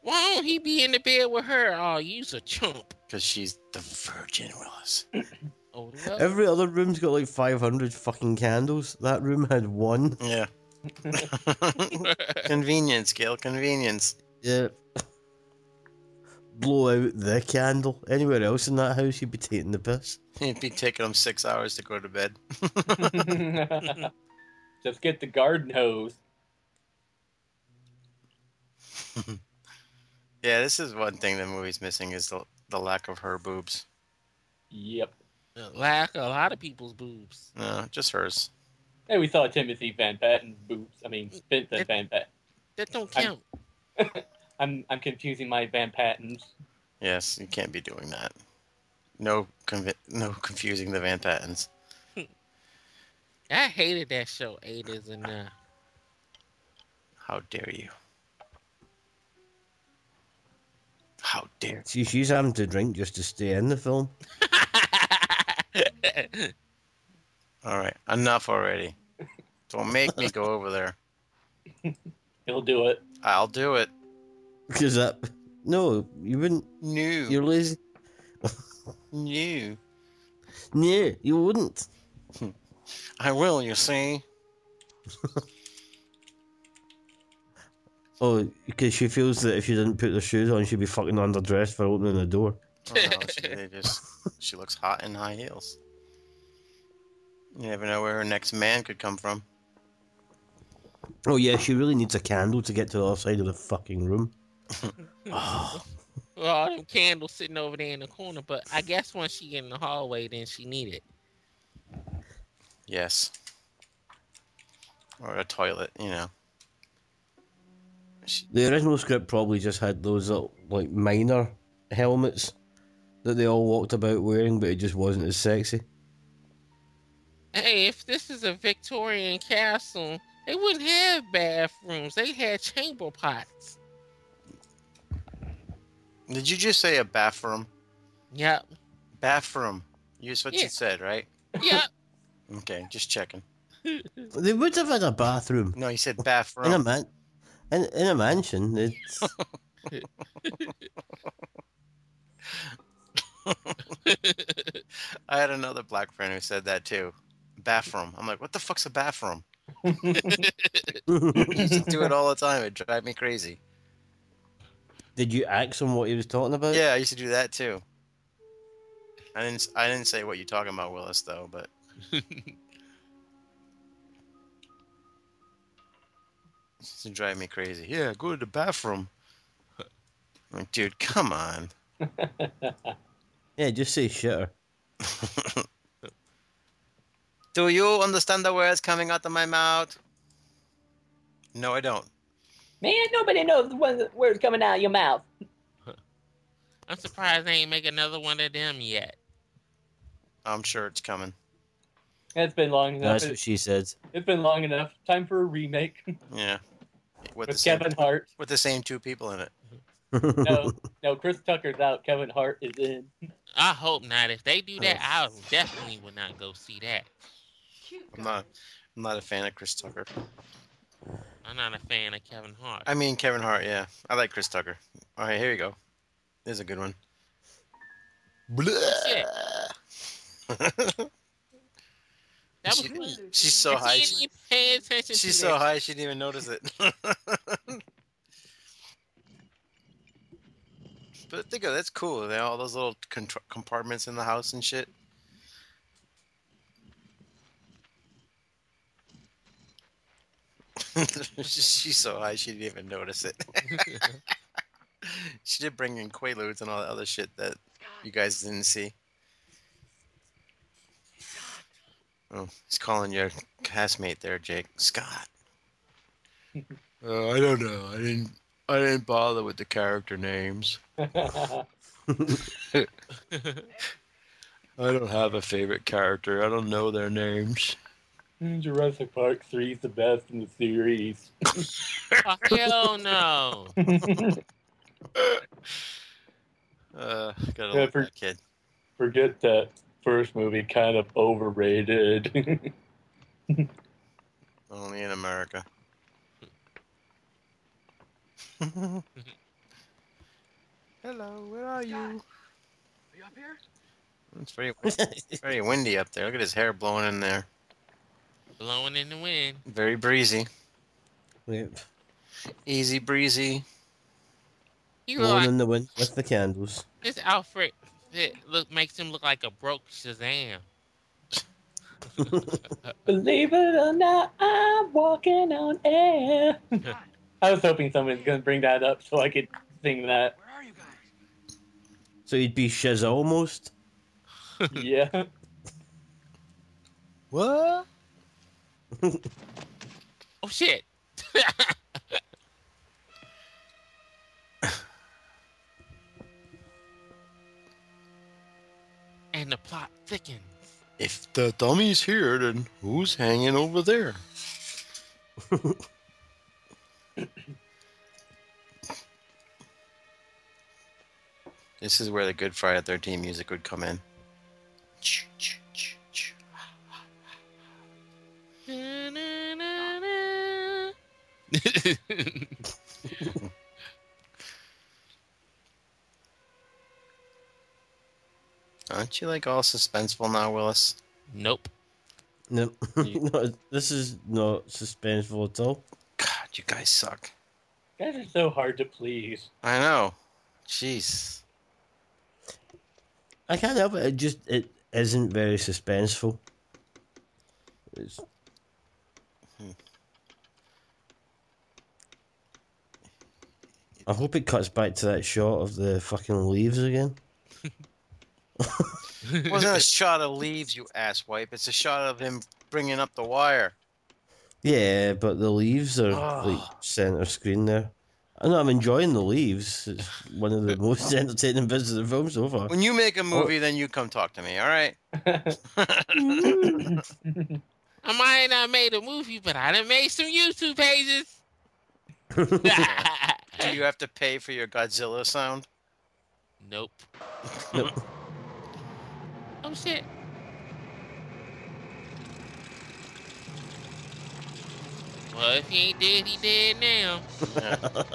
Why don't he be in the bed with her? Oh, you's a chump. Because she's the Virgin Willis. Oh, no. Every other room's got like five hundred fucking candles. That room had one. Yeah. convenience, Gail. Convenience. Yeah. Blow out the candle. Anywhere else in that house, you'd be taking the piss. It'd be taking them six hours to go to bed. Just get the garden hose. Yeah, this is one thing the movie's missing is the the lack of her boobs. Yep. Lack a lot of people's boobs. No, just hers. Hey, we saw Timothy Van Patten's boobs. I mean, Vincent Van Patten. That don't count. I'm I'm confusing my Van Pattens. Yes, you can't be doing that. No, convi- no confusing the Van Pattens. I hated that show. uh, Eight is enough. How dare you? How dare See, she's having to drink just to stay in the film. All right, enough already. Don't make me go over there. He'll do it. I'll do it. Because that. No, you wouldn't. No. You're lazy. You. No, you wouldn't. I will, you see. Oh, because she feels that if she didn't put her shoes on, she'd be fucking underdressed for opening the door. Oh, no, she, they just, she looks hot in high heels. You never know where her next man could come from. Oh, yeah, she really needs a candle to get to the other side of the fucking room. oh, Well, all them candles sitting over there in the corner, but I guess once she get in the hallway, then she need it. Yes. Or a toilet, you know. the original script probably just had those little, like minor helmets that they all walked about wearing, but it just wasn't as sexy. Hey, if this is a Victorian castle, they wouldn't have bathrooms. They had chamber pots. Did you just say a bathroom? Yep. Bathroom. You what Yeah. you said, right? Yep. Okay, just checking. They would have had a bathroom No, you said in a bathroom. man, in, in a mansion. It's, I had another black friend who said that too. Bathroom. I'm like, what the fuck's a bathroom? I used to do it all the time. It drive me crazy. did you ask him what he was talking about? Yeah, I used to do that too. I didn't. I didn't say what you're talking about, Willis, though. But It used to drive me crazy. Yeah, go to the bathroom. I'm like, dude, come on. Yeah, just say shitter. Do you understand the words coming out of my mouth? No, I don't. Man, nobody knows when, where's coming out of your mouth. I'm surprised they ain't make another one of them yet. I'm sure it's coming. It's been long enough. That's what she said. It's been long enough. Time for a remake Yeah. With, the with same, Kevin Hart. with the same two people in it. No, no, Chris Tucker's out. Kevin Hart is in. I hope not. If they do that, I definitely would not go see that. I'm not. I'm not a fan of Chris Tucker. I'm not a fan of Kevin Hart. I mean Kevin Hart. Yeah, I like Chris Tucker. All right, here you go. There's a good one. Shit, that was She- me. She's so high. I She, didn't even pay attention she's to so that. high she didn't even notice it. but think of it, that's cool. You know, all those little contr compartments in the house and shit. she's so high she didn't even notice it. she did bring in Quaaludes and all that other shit that you guys didn't see. Oh, he's calling your castmate there, Jake Scott. Uh, I don't know. I didn't. I didn't bother with the character names. I don't have a favorite character. I don't know their names. Mm, Jurassic Park 3 is the best in the series. Oh, hell no. Uh, gotta Yeah, love for- that kid. Forget that first movie, kind of overrated. Only in America. Hello, where are you? Are you up here? It's very, very windy up there. Look at his hair blowing in there. Blowing in the wind. Very breezy. Yep. Easy breezy. He look Blowing like in the wind with the candles. this outfit that look makes him look like a broke Shazam. Believe it or not, I'm walking on air. I was hoping someone was going to bring that up so I could sing that. So he'd be shiz almost. Yeah. What? Oh shit! and the plot thickens. If the dummy's here, then who's hanging over there? this is where the good Friday 13 music would come in. Na-na-na-na. Aren't you like all suspenseful now, Willis? Nope. No, no, this is not suspenseful at all. God, you guys suck. Guys are so hard to please. I know. Jeez. I can't help it. It just it isn't very suspenseful. It's, I hope it cuts back to that shot of the fucking leaves again. It wasn't a shot of leaves, you asswipe. It's a shot of him bringing up the wire. Yeah, but the leaves are Ah. like center screen there. I know I'm enjoying the leaves. It's one of the most entertaining bits of the film so far. When you make a movie, then you come talk to me, all right? I might not made a movie, but I done made some YouTube pages. Do you have to pay for your Godzilla sound? nope. Nope. Oh shit. Well, if he ain't dead, he dead now.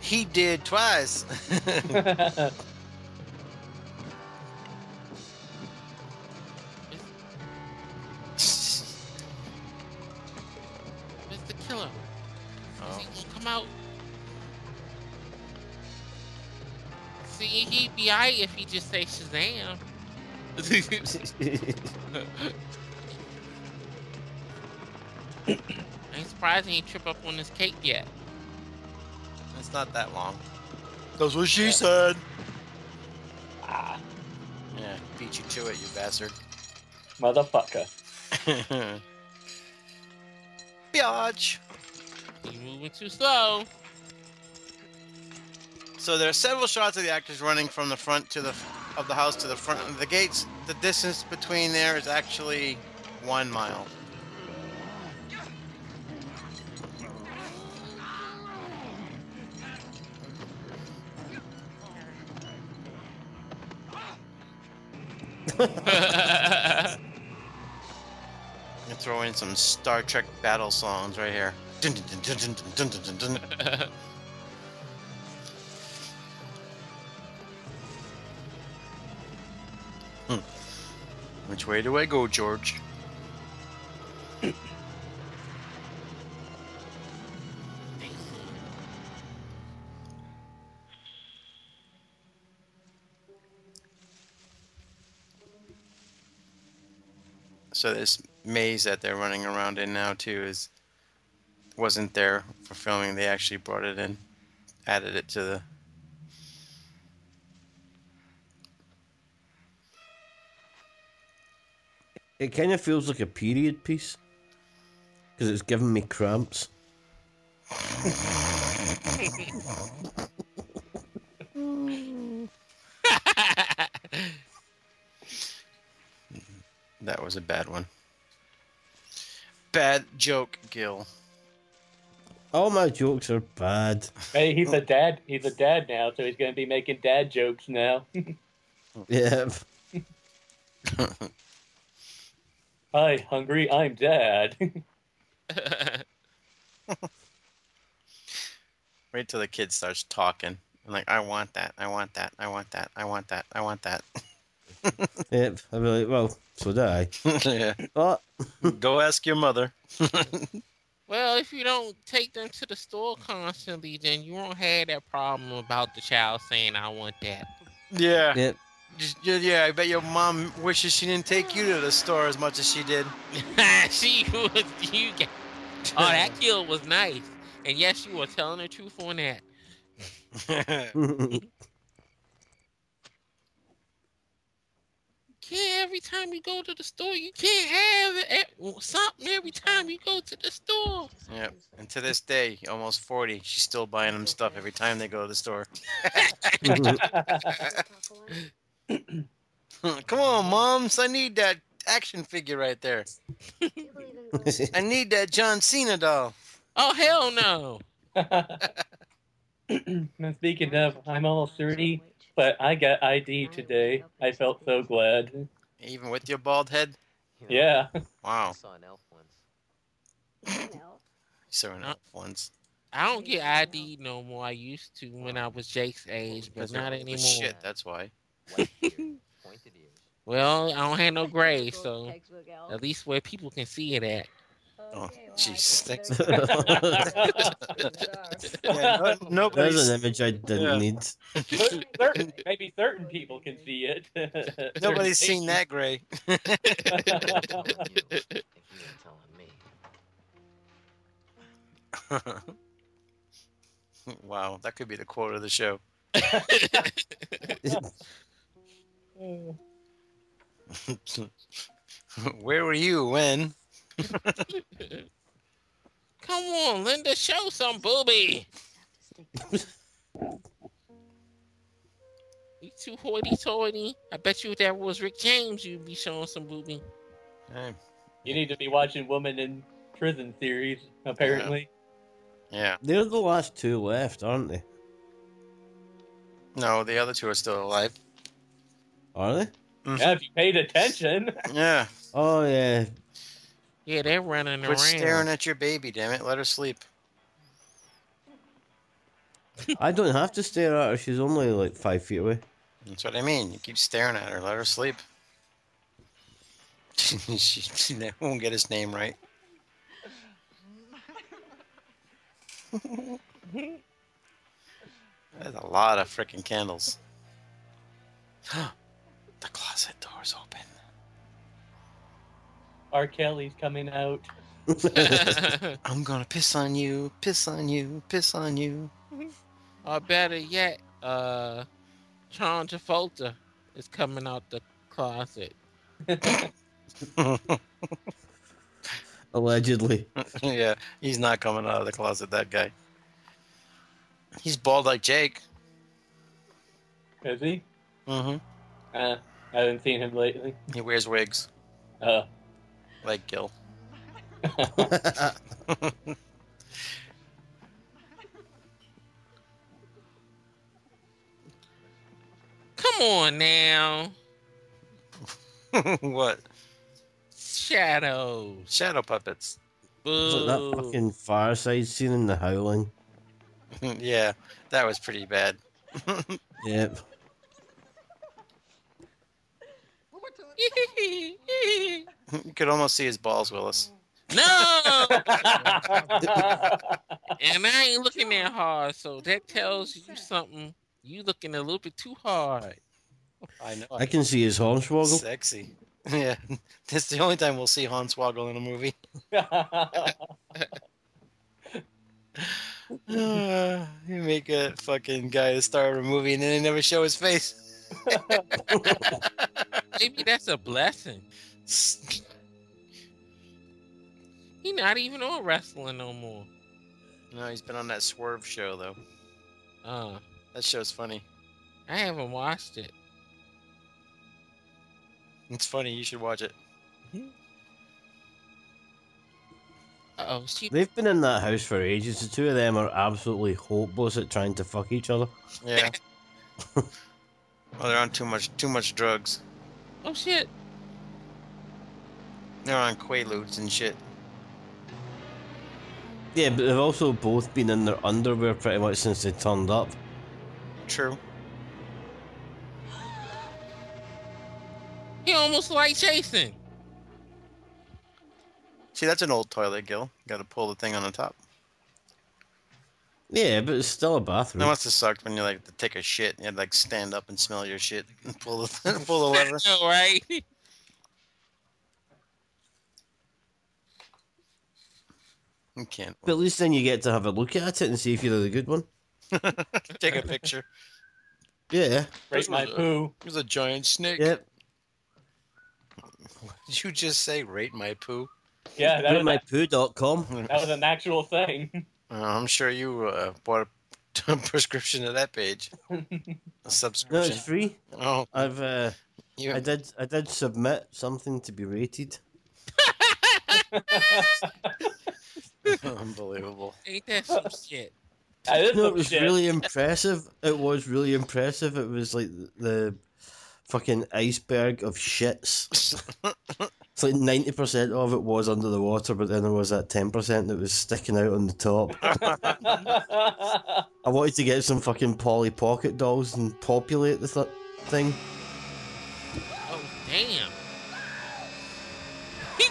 He did twice. It's the killer. Is Oh. he gonna come out? See, he'd be alright if he just say Shazam. I'm surprised he ain't trip up on this cake yet. It's not that long. That's what she said. ah, Yeah, beat you to it, you bastard. motherfucker. Biatch. You moving too slow. So there are several shots of the actors running from the front to the of the house to the front of the gates. The distance between there is actually one mile. I'm gonna throw in some Star Trek battle songs right here. Dun, dun, dun, dun, dun, dun, dun, dun, dun. Which way do I go, George? So this maze that they're running around in now too is wasn't there for filming. They actually brought it in, added it to the. It kind of feels like a period piece because it's giving me cramps. That was a bad one. Bad joke, Gil. All my jokes are bad. Hey, he's a dad. He's a dad now, so he's going to be making dad jokes now. Yeah. Hi, hungry. I'm dad. Wait till the kid starts talking. I'm like, I want that. I want that. I want that. I want that. I want that. Yep. I'm like, well, so do I. Oh. yeah. But Go ask your mother. Well, if you don't take them to the store constantly, then you won't have that problem about the child saying, I want that. Yeah. Yep. Just- Yeah, yeah, I bet your mom wishes she didn't take you to the store as much as she did. she was, you got, oh, that kill was nice. And yes, you were telling the truth on that. Yeah, every time you go to the store, you can't have it. eh, something every time you go to the store. yep. And to this day, almost 40, she's still buying them stuff every time they go to the store. Come on, moms. I need that action figure right there. I need that John Cena doll. Oh, hell no. And Speaking of, I'm all 30, but I got ID today. I felt so glad. Even with your bald head? Yeah. Wow. You I saw an elf once. saw an elf once. I don't get ID no more. I used to when I was Jake's age, but Because they're not old anymore. as Shit, that's why. White ears, pointed ears. Well, I don't have no Oh, gray, so at least where people can see it at. Oh, jeez. Thanks. Yeah, Well, no, nobody's, There's an image I didn't Yeah. need. certain, maybe certain people can see it. nobody's seen that gray. Telling you, and you ain't telling me. wow, that could be the quote of the show. Where were you when? Come on, Linda, show some booby. You too hoity-toity. I bet you if that was Rick James, you'd be showing some booby. Eh, You need to be watching Woman in Prison series, apparently. Yeah. They're the last two left, aren't they? No, the other two are still alive. Are they? Yeah, if you paid attention. Yeah. Oh yeah. Yeah, they're running Quit staring around. at your baby, damn it. Let her sleep. I don't have to stare at her. She's only like five feet away. That's what I mean. You keep staring at her. Let her sleep. she, she never won't get his name right. There's a lot of freaking candles. the closet door's open. R. Kelly's coming out. I'm gonna piss on you, piss on you, piss on you. or better yet, uh, John Travolta is coming out the closet. Allegedly. yeah, he's not coming out of the closet, that guy. He's bald like Jake. Is he? Mm-hmm. Uh, I haven't seen him lately. He wears wigs. Uh, Like Gil. Come on now, what? shadows. Shadow puppets. It's like that Boo. fucking fireside scene in The Howling. yeah, that was pretty bad. Yep. you could almost see his balls, Willis. no, and I ain't looking that hard, so that tells you something. You looking a little bit too hard. I know. I can see his hornswoggle. Sexy. Yeah, that's the only time we'll see Hornswoggle in a movie. you make a fucking guy the star of a movie and then they never show his face. Maybe that's a blessing. He not even on wrestling no more. no, he's been on that Swerve show though. Uh, That show's funny. I haven't watched it. It's funny. You should watch it. Oh, she They've been in that house for ages. The two of them are absolutely hopeless at trying to fuck each other. Yeah. well, they're on too much too much drugs. Oh shit. They're on Quaaludes and shit. Yeah, but they've also both been in their underwear pretty much since they turned up. True. He almost like Jason. See, that's an old toilet, Gil. Got to pull the thing on the top. Yeah, but it's still a bathroom. That must have sucked when you like to take a shit. You had to, like stand up and smell your shit and pull the pull the lever. All right. You can't But at least then you get to have a look at it and see if you're the good one. take a picture. Yeah. Rate my This was a- poo. It was a giant snake. Yep. Did you just say rate my poo? Yeah, that was, a- RateMyPoo.com. that was an actual thing. Uh, I'm sure you uh, bought a prescription to that page. A No, subscription. it's free. oh, I've uh, you, I did I did submit something to be rated. unbelievable. Ain't that some shit? That is No, it some was shit. really impressive. It was really impressive. It was like the fucking iceberg of shits. it's like ninety percent of it was under the water, but then there was that ten percent that was sticking out on the top. I wanted to get some fucking Polly Pocket dolls and populate the th- thing. Oh damn!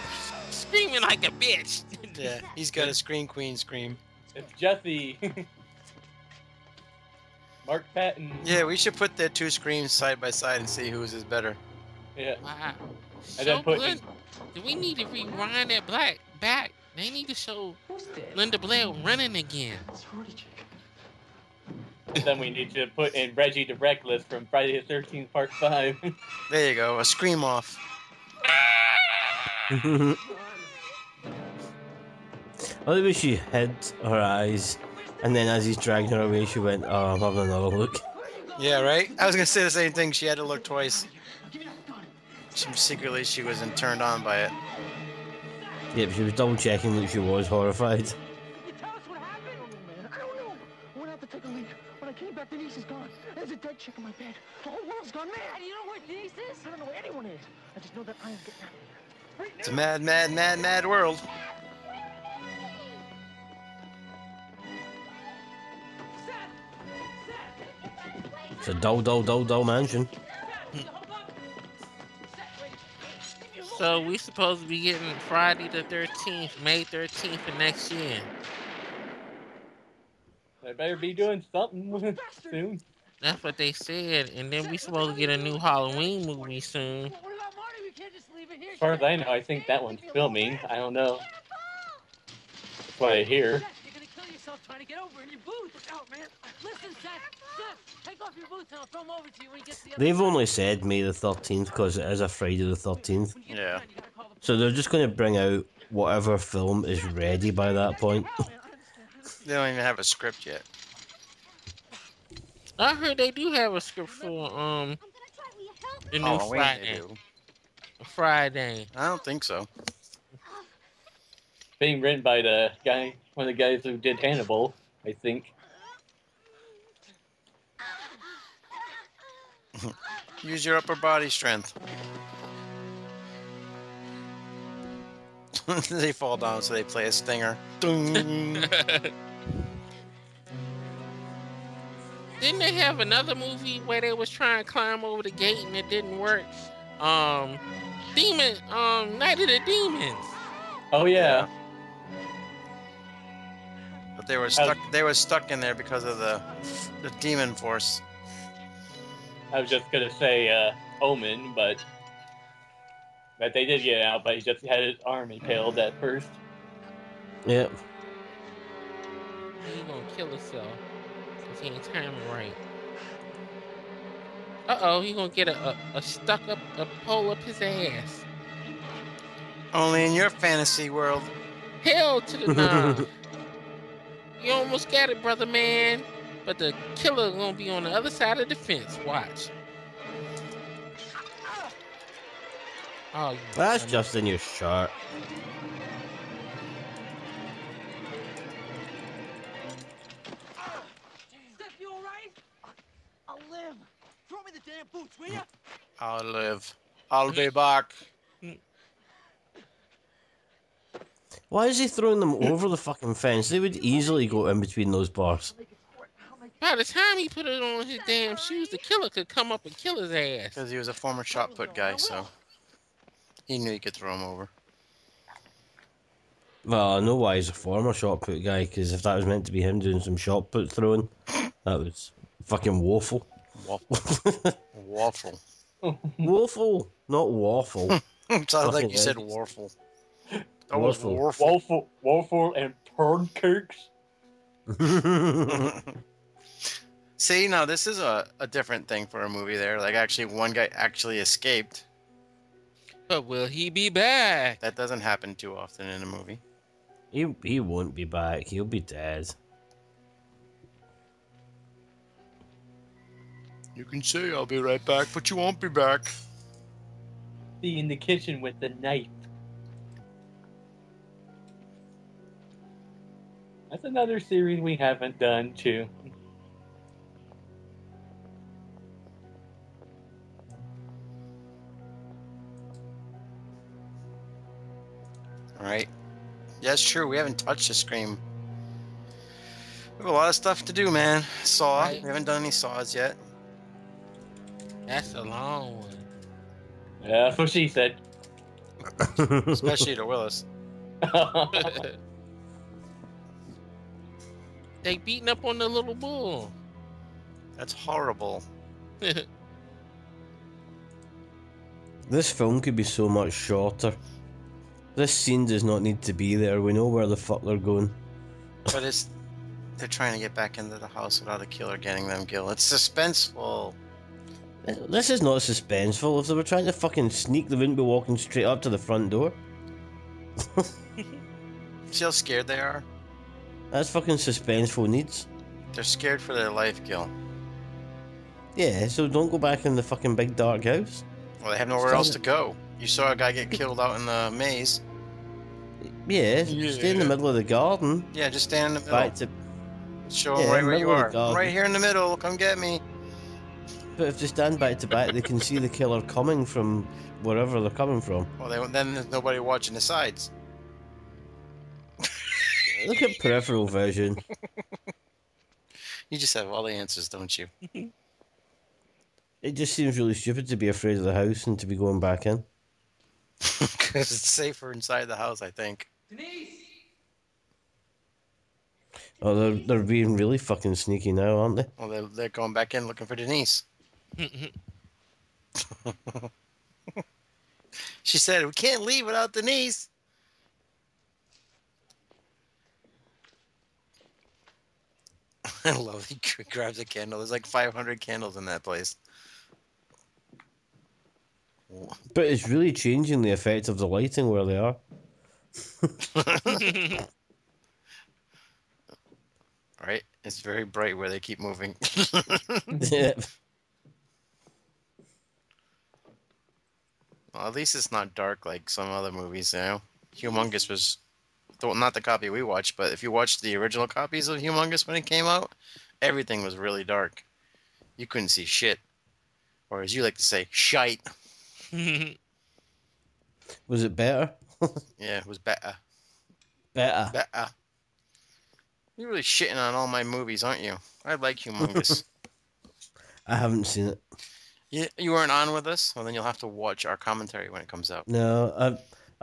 He's screaming like a bitch. Yeah, he's got a scream queen scream. it's Jeffy. Mark Patton. Yeah, we should put their two screams side by side and see whose is better. Yeah. Wow. I So done put- good. Do we need to rewind that black back? They need to show Linda Blair running again. then we need to put in Reggie the Reckless from Friday the 13th, Part 5. There you go, a scream off. I think when she hid her eyes, and then as he's dragging her away, she went, "Oh, I'm having another look." Yeah, right? I was going to say the same thing. She had to look twice. She, secretly, she wasn't turned on by it. Yep, she was double checking that she was horrified. You tell us what happened? I don't know. Went out to take a leak. When I came back, Denise is gone. There's a dead chick in my bed. The whole world's gone mad. you know where Denise is? I don't know where anyone is. I just know that I am getting out of here. Right It's a mad, mad, mad, mad world. It's a dull, dull, dull, dull mansion. So we supposed to be getting Friday the 13th, May 13th for next year. they better be doing something soon. That's what they said. And then we supposed to get a new Halloween movie soon. What about Marty? We can't just leave it here. As far as I know, I think that one's filming. I don't know. That's what I hear. Seth, you're gonna kill yourself trying to get over in your boots. Look out, man. Listen, Seth. Seth, take off your boots and I'll throw them over to you when you get to the other They've only said May the 13th because it is a Friday the 13th. When you get Yeah. done, you gotta call the- So they're just going to bring out whatever film is ready by that point. They don't even have a script yet. I heard they do have a script for I'm gonna um try. Will you help? the new Halloween they Friday. do. Friday. I don't think so. Being written by the guy, one of the guys who did Hannibal, I think. Use your upper body strength. they fall down, so they play a stinger. Ding. Didn't they have another movie where they was trying to climb over the gate and it didn't work? Um, Demon, um, Night of the Demons. Oh, yeah. but they were stuck. They were stuck in there because of the the demon force. I was just going to say uh, Omen, but. But they did get out, but he just had his arm impaled at first. Yep. He gonna kill himself if he ain't timing right. Uh oh, he gonna get a, a, a stuck up a pole up his ass. Only in your fantasy world. Hell to the nah. you almost got it, brother man. But the killer gonna be on the other side of the fence. Watch. Oh, you That's dummy. just in your shirt. Seth, you all right? I'll live. Throw me the damn boots, will ya? I'll live. I'll be back. Why is he throwing them over the fucking fence? They would easily go in between those bars. By the time he put it on his damn shoes, the killer could come up and kill his ass. Because he was a former shot put guy, so he knew he could throw him over. Well, I know why he's a former shot put guy, because if that was meant to be him doing some shot put throwing, that was fucking woeful. Waffle. waffle. Waffle, not waffle. Sounds like Fucking you said egg. waffle. That was Waffle. waffle. Waffle, waffle, and pancakes. See, now this is a, a different thing for a movie there. Like, actually, one guy actually escaped. But will he be back? That doesn't happen too often in a movie. he, he won't be back. He'll be dead. You can say I'll be right back, but you won't be back. Be in the kitchen with the knife. That's another series we haven't done too. All right. Yeah, it's true. We haven't touched the Scream. We have a lot of stuff to do, man. Saw. Right. We haven't done any saws yet. That's a long one. Yeah, that's what she said. Especially to Willis. they beating up on the little bull. That's horrible. This film could be so much shorter. This scene does not need to be there. We know where the fuck they're going. But it's they're trying to get back into the house without the killer getting them, Gil. It's suspenseful. This is not suspenseful. If they were trying to fucking sneak, they wouldn't be walking straight up to the front door. See how scared they are? That's fucking suspenseful needs. They're scared for their life, Gil. Yeah, so don't go back in the fucking big dark house. Well, they have nowhere Stop else it. to go. You saw a guy get killed out in the maze. Yeah, stay in the Yeah. Oh. middle of the garden. Yeah, just stand in the middle. Back to. Show them Yeah, right where you middle of the are. I'm garden. right here in the middle. Come get me. But if they stand back to back, they can see the killer coming from wherever they're coming from. Well, they, then there's nobody watching the sides. Look at peripheral vision. You just have all the answers, don't you? It just seems really stupid to be afraid of the house and to be going back in. Because it's safer inside the house, I think. Oh, they're, they're being really fucking sneaky now, aren't they? Well, they're, they're going back in looking for Denise. She said, We can't leave without Denise. I love he g- grabs a candle. There's like 500 candles in that place. But it's really changing the effect of the lighting where they are. Right? It's very bright where they keep moving. yeah. well, at least it's not dark like some other movies, you know? Humongous was th- not the copy we watched, but if you watched the original copies of Humongous when it came out, everything was really dark. You couldn't see shit. Or as you like to say, shite. Was it better? Yeah, it was better. Better. Better. You're really shitting on all my movies, aren't you? I like Humongous. I haven't seen it. you, you weren't on with us? Well, then you'll have to watch our commentary when it comes out. No, I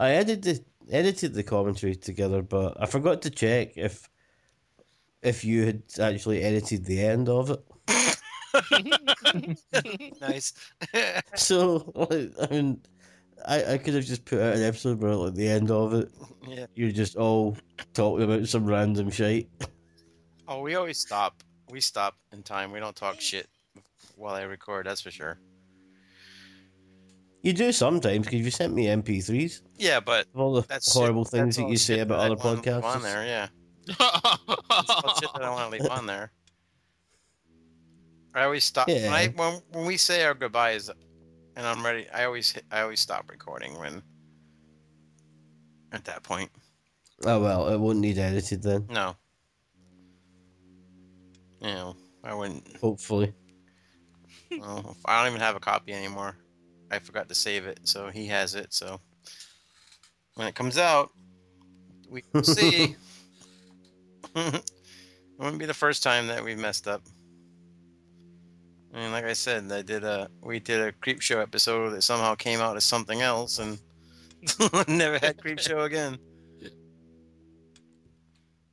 I edited the, edited the commentary together, but I forgot to check if if you had actually edited the end of it. nice. So like, I mean, I I could have just put out an episode where like the end of it, yeah. you're just all talking about some random shite. Oh, we always stop. We stop in time. We don't talk shit while I record, that's for sure. You do sometimes because you sent me MP3s Yeah, but of all the that's shit- horrible that's things that all you shit say about that I other wanna leave podcasts. On there, yeah. That's all shit that I want to leave on there. I always stop when, I, Yeah. when when we say our goodbyes, and I'm ready. I always hit, I always stop recording when at that point. Oh well, it won't need edited then. No, you know I wouldn't. Hopefully, Well, Oh, I don't even have a copy anymore. I forgot to save it, so he has it. So when it comes out, we will see. it wouldn't be the first time that we messed up. I mean, like I said, I did a we did a creep show episode that somehow came out as something else, and never had creep show again.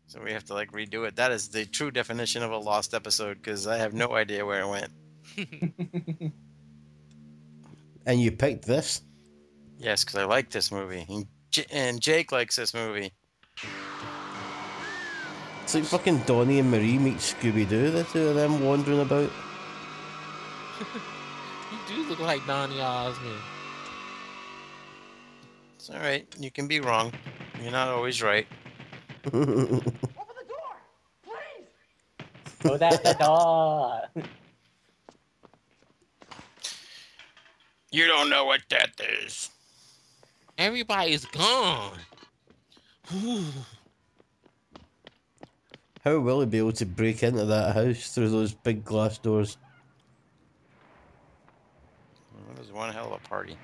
So we have to like redo it. That is the true definition of a lost episode because I have no idea where it went. And you picked this. Yes, because I like this movie. And J- And Jake likes this movie. It's like fucking Donnie and Marie meet Scooby Doo. The two of them wandering about. You do look like Donny Osmond. It's all right. You can be wrong. You're not always right. Oh, that the door. You don't know what that is. Everybody's gone. How will he be able to break into that house through those big glass doors? That was one hell of a party.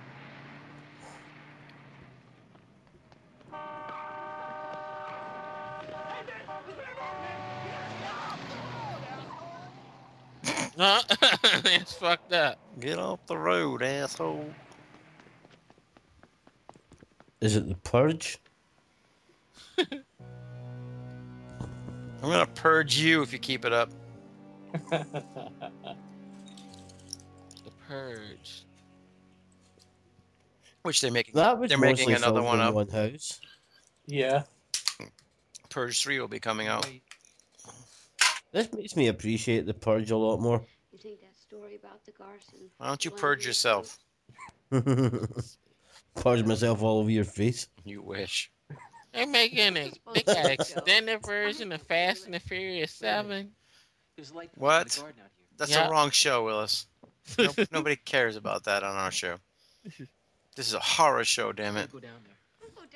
Huh? That's fucked up. Get off the road, asshole. Is it the purge? I'm gonna purge you if you keep it up. The purge. Which they're making. That was they're making mostly another filmed one in up. One house. yeah. Purge three will be coming out. This makes me appreciate the purge a lot more. You think that story about the Garson? Why don't you purge yourself? purge myself all over your face. You wish. They're making a they got an extended version of Fast and the Furious Seven. What? That's Yeah. the wrong show, Willis. No, nobody cares about that on our show. This is a horror show, damn it.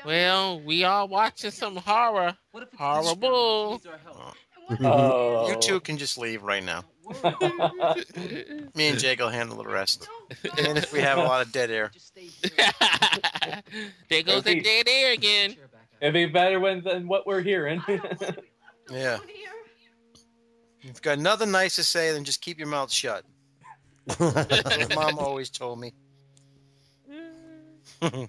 Well, we are watching some horror. Horrible. Oh. You two can just leave right now. Me and Jake will handle the rest. And if we have a lot of dead air. there goes the dead air again. It'd be better when, than what we're hearing. Yeah. You've got nothing nice to say, then just keep your mouth shut. As Mom always told me. oh,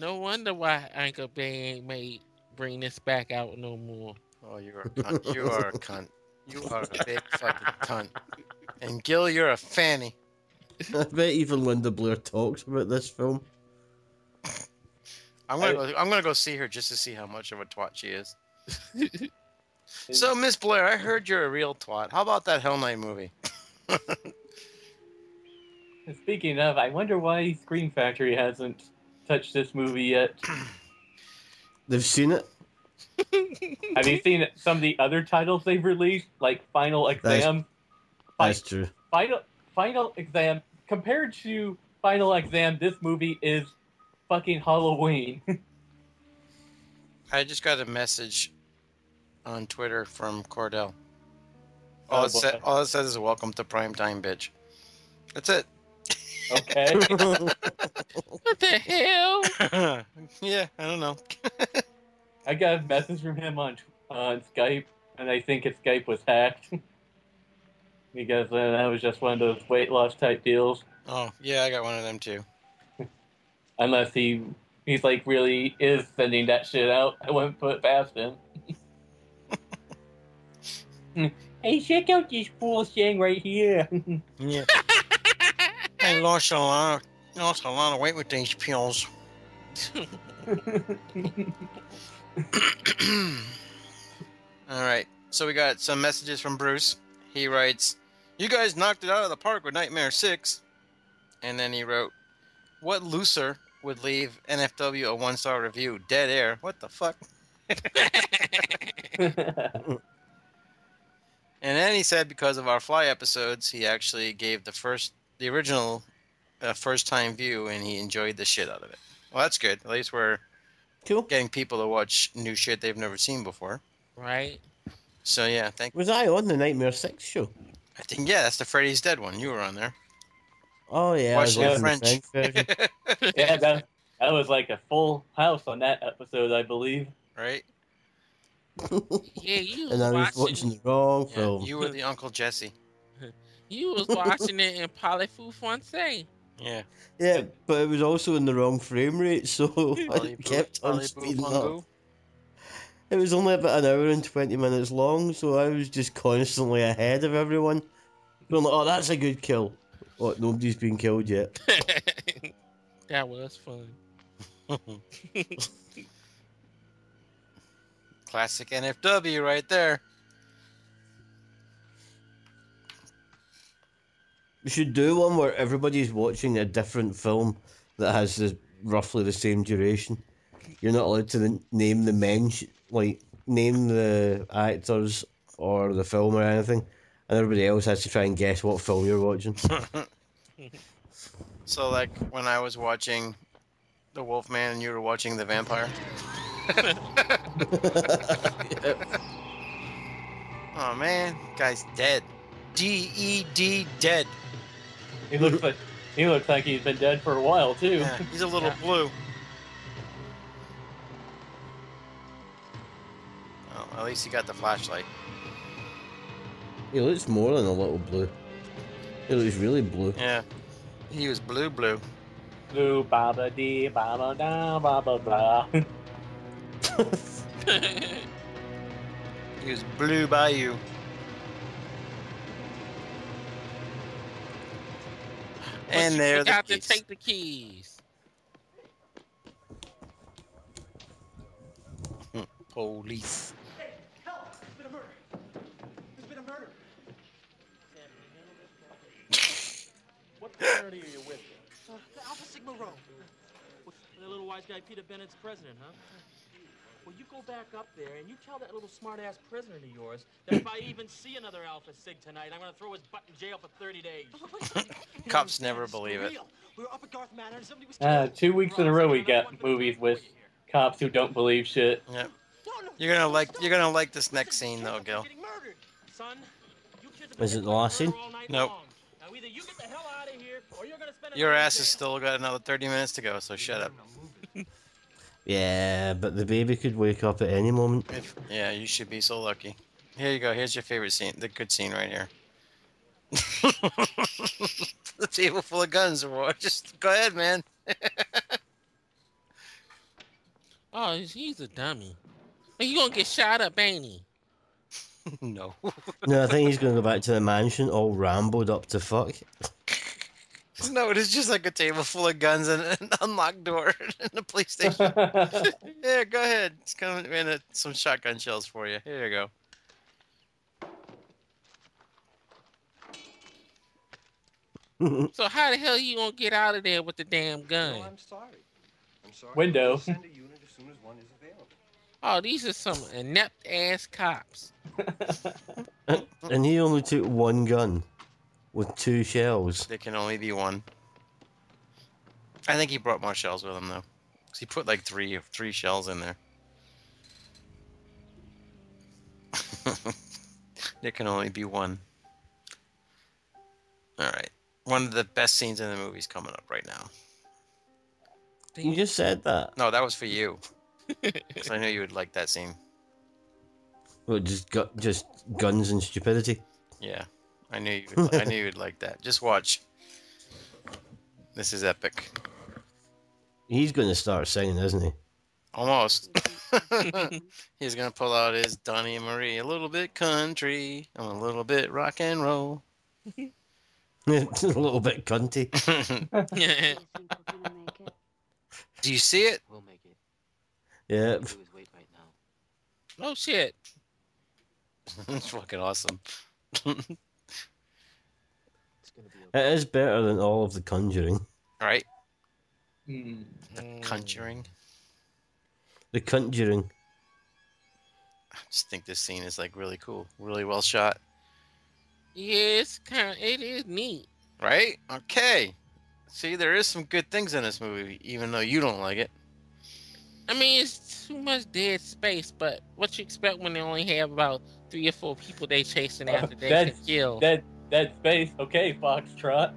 No wonder why Uncle Ben may bring this back out no more. "Oh, you're a cunt. You are a cunt. You are a big fucking cunt. And Gil, you're a fanny. I bet even Linda Blair talks about this film. I'm gonna go, I'm gonna go see her just to see how much of a twat she is. so Miss Blair, I heard you're a real twat. How about that Hell Night movie? Speaking of, I wonder why Scream Factory hasn't touched this movie yet. They've seen it. Have you seen some of the other titles they've released, like Final Exam? That's true. Final Final Exam compared to Final Exam, this movie is fucking Halloween. I just got a message on Twitter from Cordell. Oh, All, it, sa- boy. all it says is "Welcome to prime time, bitch." That's it. Okay. What the hell? yeah, I don't know. I got a message from him on on Skype, and I think his Skype was hacked because uh, that was just one of those weight loss type deals. Oh, yeah, I got one of them too. Unless he he's like really is sending that shit out, I wouldn't put it past him. hey, check out this cool thing right here. Yeah. I lost a lot, lost a lot of weight with these pills. All right. So we got some messages from Bruce. He writes, "You guys knocked it out of the park with Nightmare 6." And then he wrote, "What loser would leave NFW a one-star review? Dead air. What the fuck?" And then he said because of our fly episodes, he actually gave the first, the original, uh, first time view, and he enjoyed the shit out of it. Well, that's good. At least we're Cool. getting people to watch new shit they've never seen before. right? So yeah, thank. Was I on the Nightmare Six show? I think yeah, that's the Freddy's Dead one. You were on there. Oh yeah, I was Watching it watching the French. French version. yeah, that, that was like a full house on that episode, I believe. right? Yeah, you was and I was watching, watching the wrong Yeah, film. you were the Uncle Jesse. you was watching it in Polyfoo Fonse. Yeah. Yeah, but it was also in the wrong frame rate, so Polly it Boo- kept on Polly Boo speeding Fungu. up. It was only about an hour and 20 minutes long, so I was just constantly ahead of everyone. Going like, oh, that's a good kill. Oh, nobody's been killed yet. That was fun. Classic NFW right there. We should do one where everybody's watching a different film that has the, roughly the same duration. You're not allowed to n- name the men, like name the actors or the film or anything, and everybody else has to try and guess what film you're watching. So, like when I was watching The Wolfman and you were watching The Vampire. Oh man, guy's dead. D E D dead. He looks like he looks like he's been dead for a while too. Yeah, he's a little blue. Oh, at least he got the flashlight. He looks more than a little blue. He looks really blue. Yeah, he was blue blue. Blue baba dee baba da baba blah. He was blue by you. And you there the forgot to keys. take the keys. Mm, police. Help! There's been a murder. There's been a murder. What fraternity are you with? Uh, the Alpha Sigma Rho. With the little wise guy Peter Bennett's president, huh? Well, you go back up there and you tell that little smart-ass president of yours that if I even see another Alpha Sig tonight, I'm gonna throw his butt in jail for 30 days. Cops never believe it. We were up at Garth Manor and somebody was Uh, two weeks in a row, we got movies with cops who don't believe shit. Yep. You're gonna like you're gonna like this next scene though, Gil. Son, you kids have been Is it the last scene? all night Nope. long. Now either you get the hell out of here or you're gonna spend Your ass has still got another 30 minutes to go, so shut up. Yeah, but the baby could wake up at any moment. If, yeah, you should be so lucky. Here you go. Here's your favorite scene, the good scene right here. the table full of guns. Roy. Just go ahead, man. Oh, he's a dummy. He gonna get shot up, ain't he? no. No, I think he's going to go back to the mansion all rambled up to fuck. No, it is just like a table full of guns and an unlocked door and a police station. yeah, go ahead. It's coming in uh, some shotgun shells for you. Here you go. So how the hell you gonna get out of there with the damn gun? I'm sorry. I'm sorry. Window. We'll Send a unit as soon as one is available. Oh, these are some inept ass cops. And, and he only took one gun with two shells. There can only be one. I think he brought more shells with him though. 'Cause he put like three three shells in there. there can only be one. All right. One of the best scenes in the movie's coming up right now. You just said that. No, that was for you. 'Cause I knew you would like that scene. Well, just gu- just guns and stupidity. Yeah, I knew you. Would, I knew you'd like that. Just watch. This is epic. He's going to start singing, isn't he? Almost. He's gonna pull out his Donnie and Marie. A little bit country. I'm a little bit rock and roll. It's a little bit cunty. That's Do you see it? We'll make it. Yep. Do is wait right now. Oh shit. it's fucking awesome. It's gonna be It is better than all of the Conjuring. All right. Hmm. The Mm, Mm. Conjuring. The Conjuring. I just think this scene is like really cool, really well shot. Yeah, it's kind. It is neat. Right? Okay. See, there is some good things in this movie, even though you don't like it. I mean, it's too much dead space, but what you expect when they only have about three or four people they Uh, chasing after they can That's- kill. Dead, dead space. Okay, Foxtrot.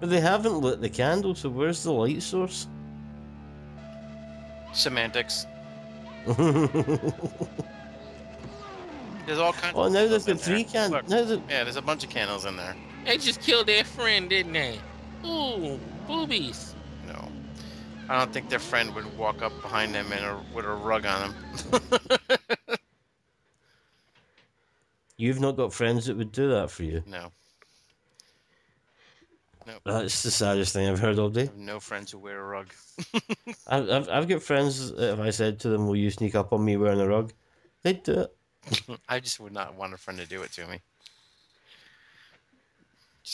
But they haven't lit the candle, so where's the light source? Semantics. oh, There's all kinds. of now Oh, there's stuff in the three there. candles. Look. Now the- Yeah, there's a bunch of candles in there. They just killed their friend, didn't they? Ooh, boobies. No. I don't think their friend would walk up behind them in a, with a rug on them. You've not got friends that would do that for you. no. That's the saddest thing I've heard all day. I have no friends who wear a rug. I've, I've, I've got friends that if I said to them, "Will you sneak up on me wearing a rug?" They'd do it. I just would not want a friend to do it to me.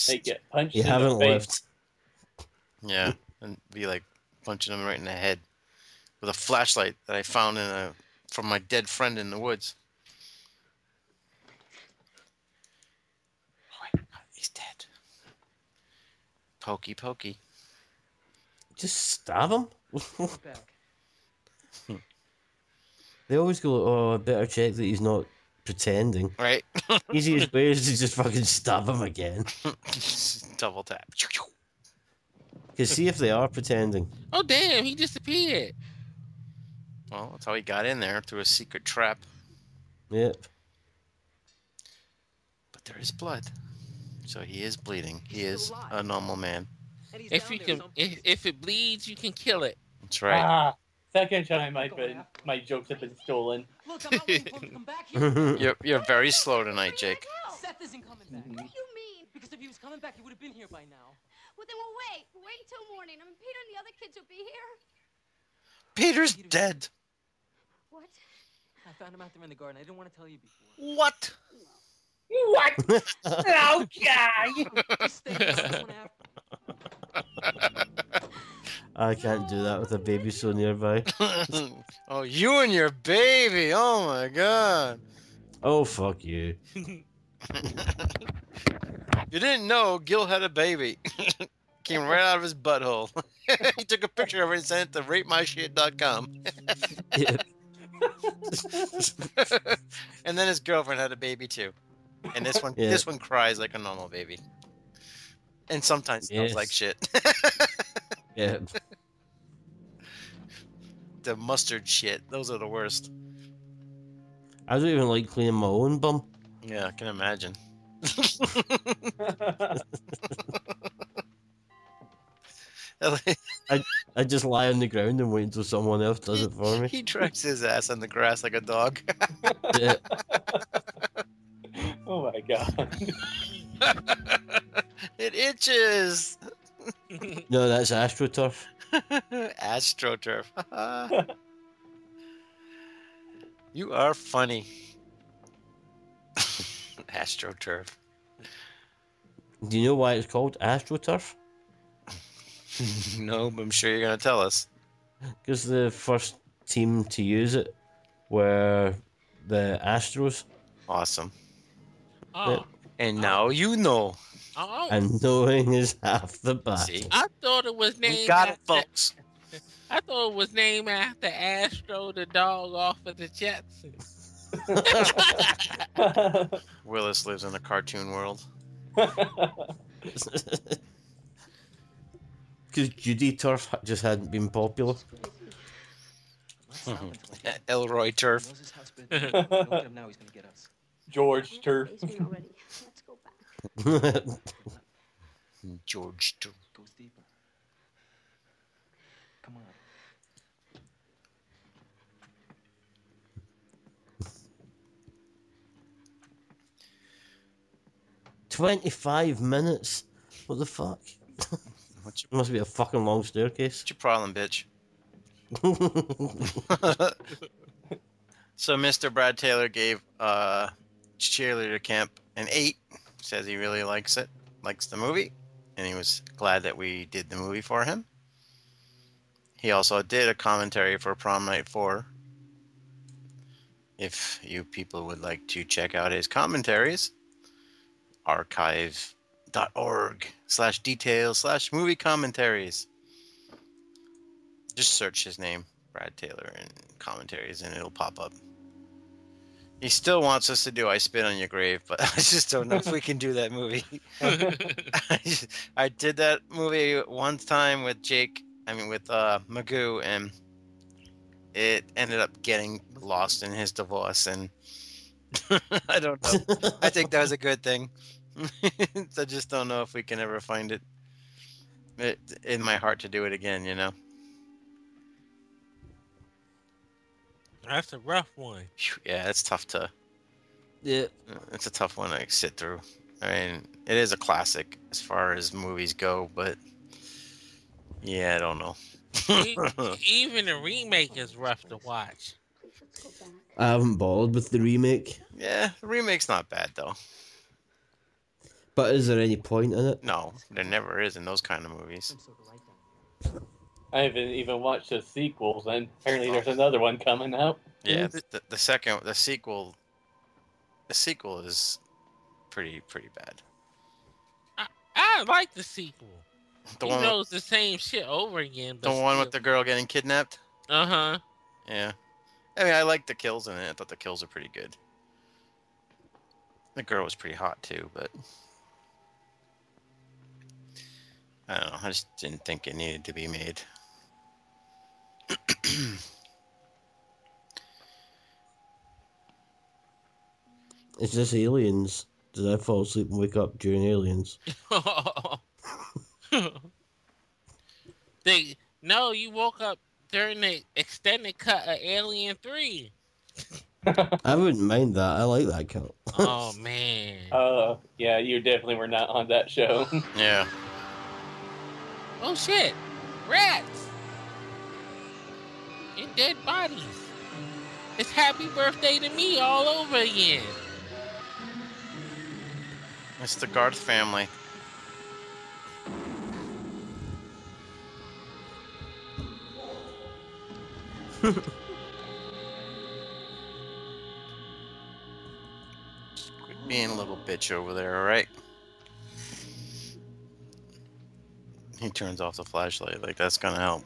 They get punched. You in the haven't face. lived. Yeah, and be like punching them right in the head with a flashlight that I found in a from my dead friend in the woods. Oh, he's dead. Pokey, pokey. Just stab them. they always go, "Oh, I better check that he's not pretending." Right. Easiest way is to just fucking stab him again. Double tap. Cause see if they are pretending. Oh damn, he disappeared. Well, that's how he got in there through a secret trap. Yep. But there is blood, so he is bleeding. He is a normal man. If you can, if, if it bleeds, you can kill it. That's right. Ah, second time I've been, my jokes have been stolen. Look, you're, you're very slow tonight, Jake. Oh. Seth isn't coming back. Mm-hmm. What do you mean? Because if he was coming back, he would have been here by now. Well, then we'll wait. We'll wait until morning. I mean, Peter and the other kids will be here. Peter's dead. What? I found him out there in the garden. I didn't want to tell you before. What? What? Oh, I can't do that with a baby so nearby. oh, you and your baby. Oh my god. Oh fuck you. You didn't know Gil had a baby. Came right out of his butthole. he took a picture of it and sent it to rapemyshit.com. and then his girlfriend had a baby too. And this one Yeah. this one cries like a normal baby. And sometimes smells Yes. like shit. Yeah. the mustard shit. Those are the worst. I don't even like cleaning my own bum. Yeah, I can imagine. I, I just lie on the ground and wait until someone else does it for me. He drags his ass on the grass like a dog. Yeah. Oh my god. it itches. No, that's AstroTurf. AstroTurf. you are funny. AstroTurf. Do you know why it's called AstroTurf? no, but I'm sure you're going to tell us. Because the first team to use it were the Astros. Awesome. Oh, uh, And now you know. oh, And knowing is half the battle. I thought it was named. got it, after, folks. I thought it was named after Astro, the dog off of the Jetsons. Willis lives in a cartoon world. Because Judy Turf ha- just hadn't been popular. E, Elroy Turf. Don't get him now. He's going to get us. George Turf. George Turf. Goes deeper. Come on. Twenty-five minutes. What the fuck? What's Must be a fucking long staircase. What's your problem, bitch? So Mr. Brad Taylor gave uh, cheerleader camp an eight. Says he really likes it, likes the movie, and he was glad that we did the movie for him. He also did a commentary for Prom Night Four. If you people would like to check out his commentaries, archive.org slash details slash movie commentaries. Just search his name, Brad Taylor, and commentaries, and it'll pop up. He still wants us to do I Spit on Your Grave, but I just don't know if we can do that movie. I, just- I did that movie one time with Jake, I mean, with uh, Magoo, and it ended up getting lost in his divorce, and I don't know. I think that was a good thing. I just don't know if we can ever find it. it in my heart to do it again, you know? That's a rough one. Yeah, it's tough to. Yeah. It's a tough one to sit through. I mean, it is a classic as far as movies go, but yeah, I don't know. E- Even the remake is rough to watch. I haven't bothered with the remake, yeah, the remake's not bad though. but is there any point in it? No, there never is in those kind of movies. I haven't even watched the sequels, and apparently there's another one coming out. Yeah, the, the second, the sequel, the sequel is pretty pretty bad. I like the sequel. The you one, know, it's the same shit over again. the But one with the girl getting kidnapped. Uh huh. Yeah, I mean, I like the kills in it. I thought the kills are pretty good. The girl was pretty hot too, but I don't know. I just didn't think it needed to be made. Is this aliens? Did I fall asleep and wake up during aliens? Uh-huh. they no, you woke up during the extended cut of Alien Three. I wouldn't mind that. I like that cut. Oh man. Uh, yeah, you definitely were not on that show. yeah. Oh shit! Rats! And dead bodies. It's happy birthday to me all over again. It's the Garth family. Just Quit being a little bitch over there, alright? He turns off the flashlight, like that's gonna help.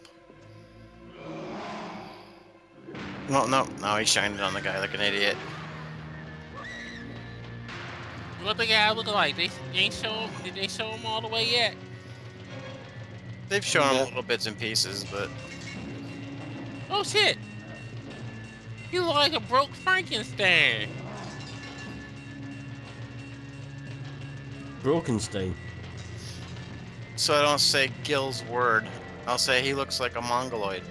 No, no, no, he shined it on the guy like an idiot. What the guy look like? They ain't show him. Did they show him all the way yet? They've shown him little bits and pieces, but Oh shit! He look like a broke Frankenstein. Brokenstein. So I don't say Gil's word. I'll say he looks like a mongoloid.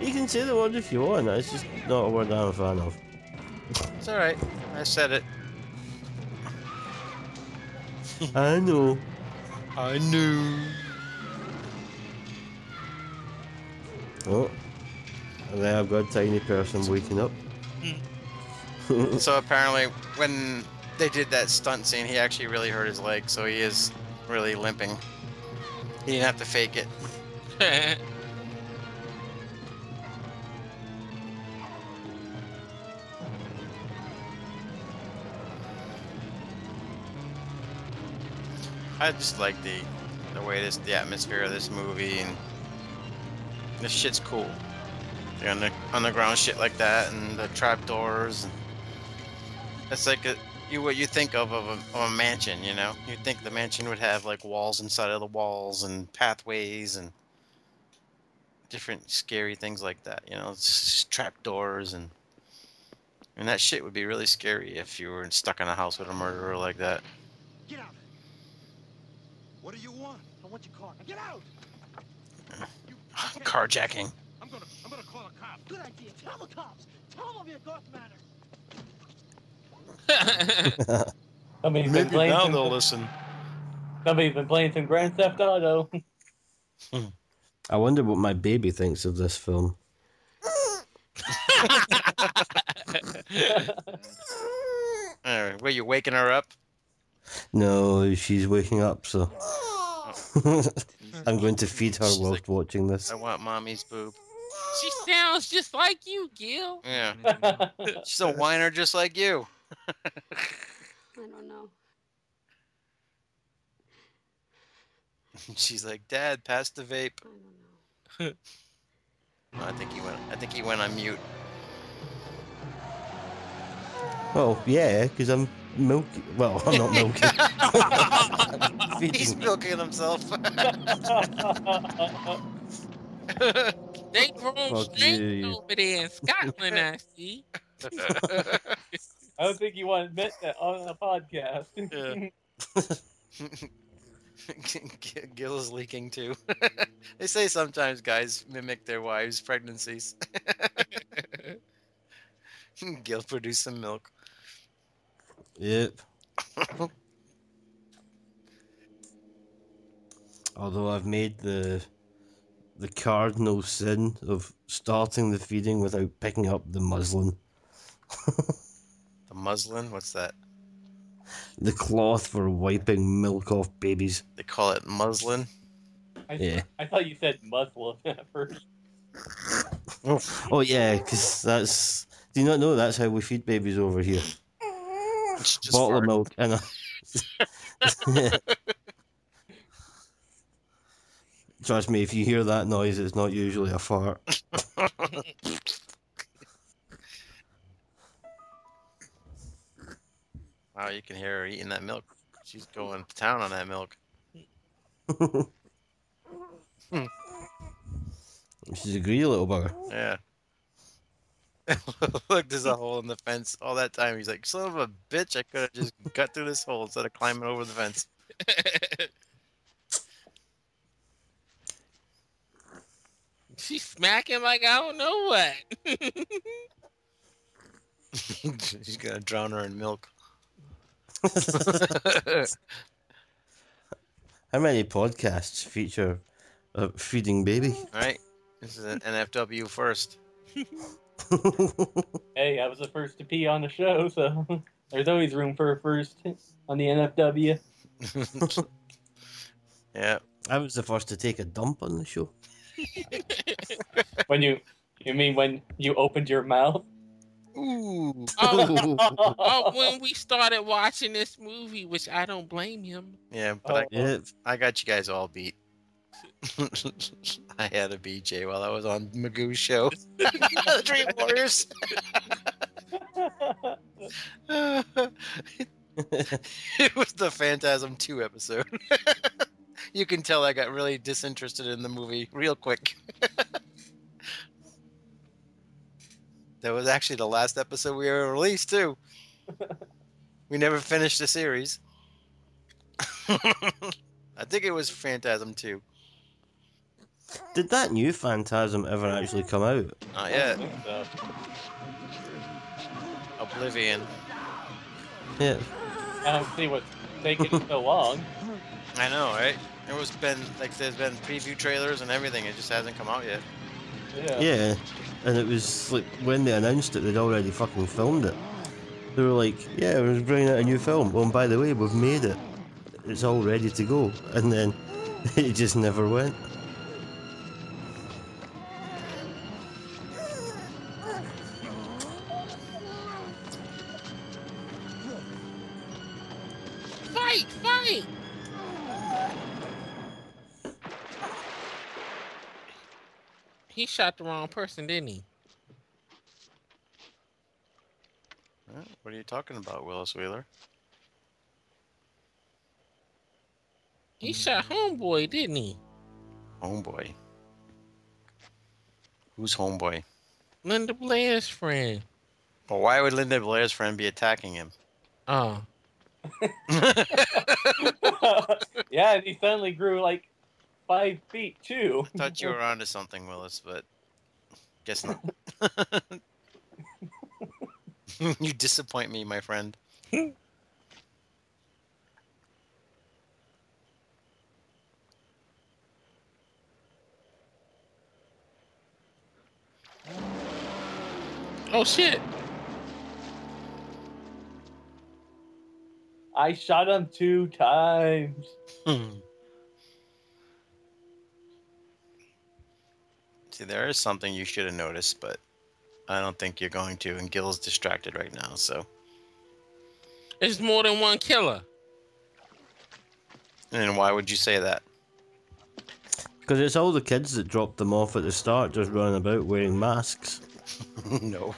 You can say the word if you want. It's just not a word I'm a fan of. It's alright. I said it. I know. I knew. Oh. And then I've got a tiny person waking up. so apparently, when they did that stunt scene, he actually really hurt his leg, so he is really limping. He didn't have to fake it. I just like the the way this the atmosphere of this movie and this shit's cool. The under, underground shit like that and the trapdoors. and- It's like a, you what you think of of a, of a mansion, you know. You think the mansion would have like walls inside of the walls and pathways and different scary things like that, you know, s- trapdoors and and that shit would be really scary if you were stuck in a house with a murderer like that. Get out. What do you want? I want your car. Now Get out. Carjacking. I'm gonna, I'm gonna call a cop. Good idea. Tell the cops. Tell them you're Garth Manor. I mean, he's been Maybe playing now some- they'll listen. Somebody's been playing some Grand Theft Auto. I wonder what my baby thinks of this film. All right, were you waking her up? No, she's waking up, so. I'm going to feed her whilst watching this. I want mommy's boob. She sounds just like you, Gil. Yeah. She's a whiner just like you. I don't know. She's like, Dad, pass the vape. know. I think he went. I think he went on mute. Well, yeah, because I'm milky. Well, I'm not milky. He's milking himself. They grown Fuck straight you. over there in Scotland, I see. I don't think you want to admit that on a podcast. Yeah. Gil is leaking too. they say sometimes guys mimic their wives' pregnancies. Gil produced some milk. Yep. Although I've made the the cardinal sin of starting the feeding without picking up the muslin. The muslin, what's that? The cloth for wiping milk off babies. They call it muslin. I, Yeah. I thought you said muzzle at first. Oh, oh yeah, because that's. Do you not know that's how we feed babies over here? Bottle of milk and a. Trust me, if you hear that noise, it's not usually a fart. Wow, you can hear her eating that milk. She's going to town on that milk. Hmm. She's a greedy little bugger. Yeah. Look, there's a hole in the fence. All that time, he's like, "Son of a bitch! I could have just cut through this hole instead of climbing over the fence." She's smacking like I don't know what. She's gonna drown her in milk. How many podcasts feature a feeding baby? Right? This is an NFW first. Hey, I was the first to pee on the show, so there's always room for a first on the NFW. yeah. I was the first to take a dump on the show. When you, you mean when you opened your mouth? Ooh. oh, oh, when we started watching this movie, which I don't blame him. Yeah, but Oh. Yeah. I, I got you guys all beat. I had a BJ while I was on Magoo's show. the Dream Warriors. it was the Phantasm 2 episode. you can tell I got really disinterested in the movie real quick. that was actually the last episode we ever released, too. We never finished the series. I think it was Phantasm 2. Did that new Phantasm ever actually come out? Not yet. Oblivion. Yeah. I don't see what's taking so long. I know, right? There was been like there's been preview trailers and everything. It just hasn't come out yet. Yeah. And it was like when they announced it, they'd already fucking filmed it. They were like, yeah, we're bringing out a new film. Oh, and by the way, we've made it. It's all ready to go. And then it just never went. Fight, fight! He shot the wrong person, didn't he? Huh? What are you talking about, Willis Wheeler? He shot homeboy, didn't he? Homeboy. Who's homeboy? Linda Blair's friend. But why would Linda Blair's friend be attacking him? Oh. yeah, and he suddenly grew like five feet too. I thought you were onto something, Willis, but guess not. you disappoint me, my friend. Oh shit! I shot him two times. See, there is something you should have noticed, but I don't think you're going to. And Gil's distracted right now, so. It's more than one killer. And why would you say that? Because it's all the kids that dropped them off at the start just running about wearing masks. no.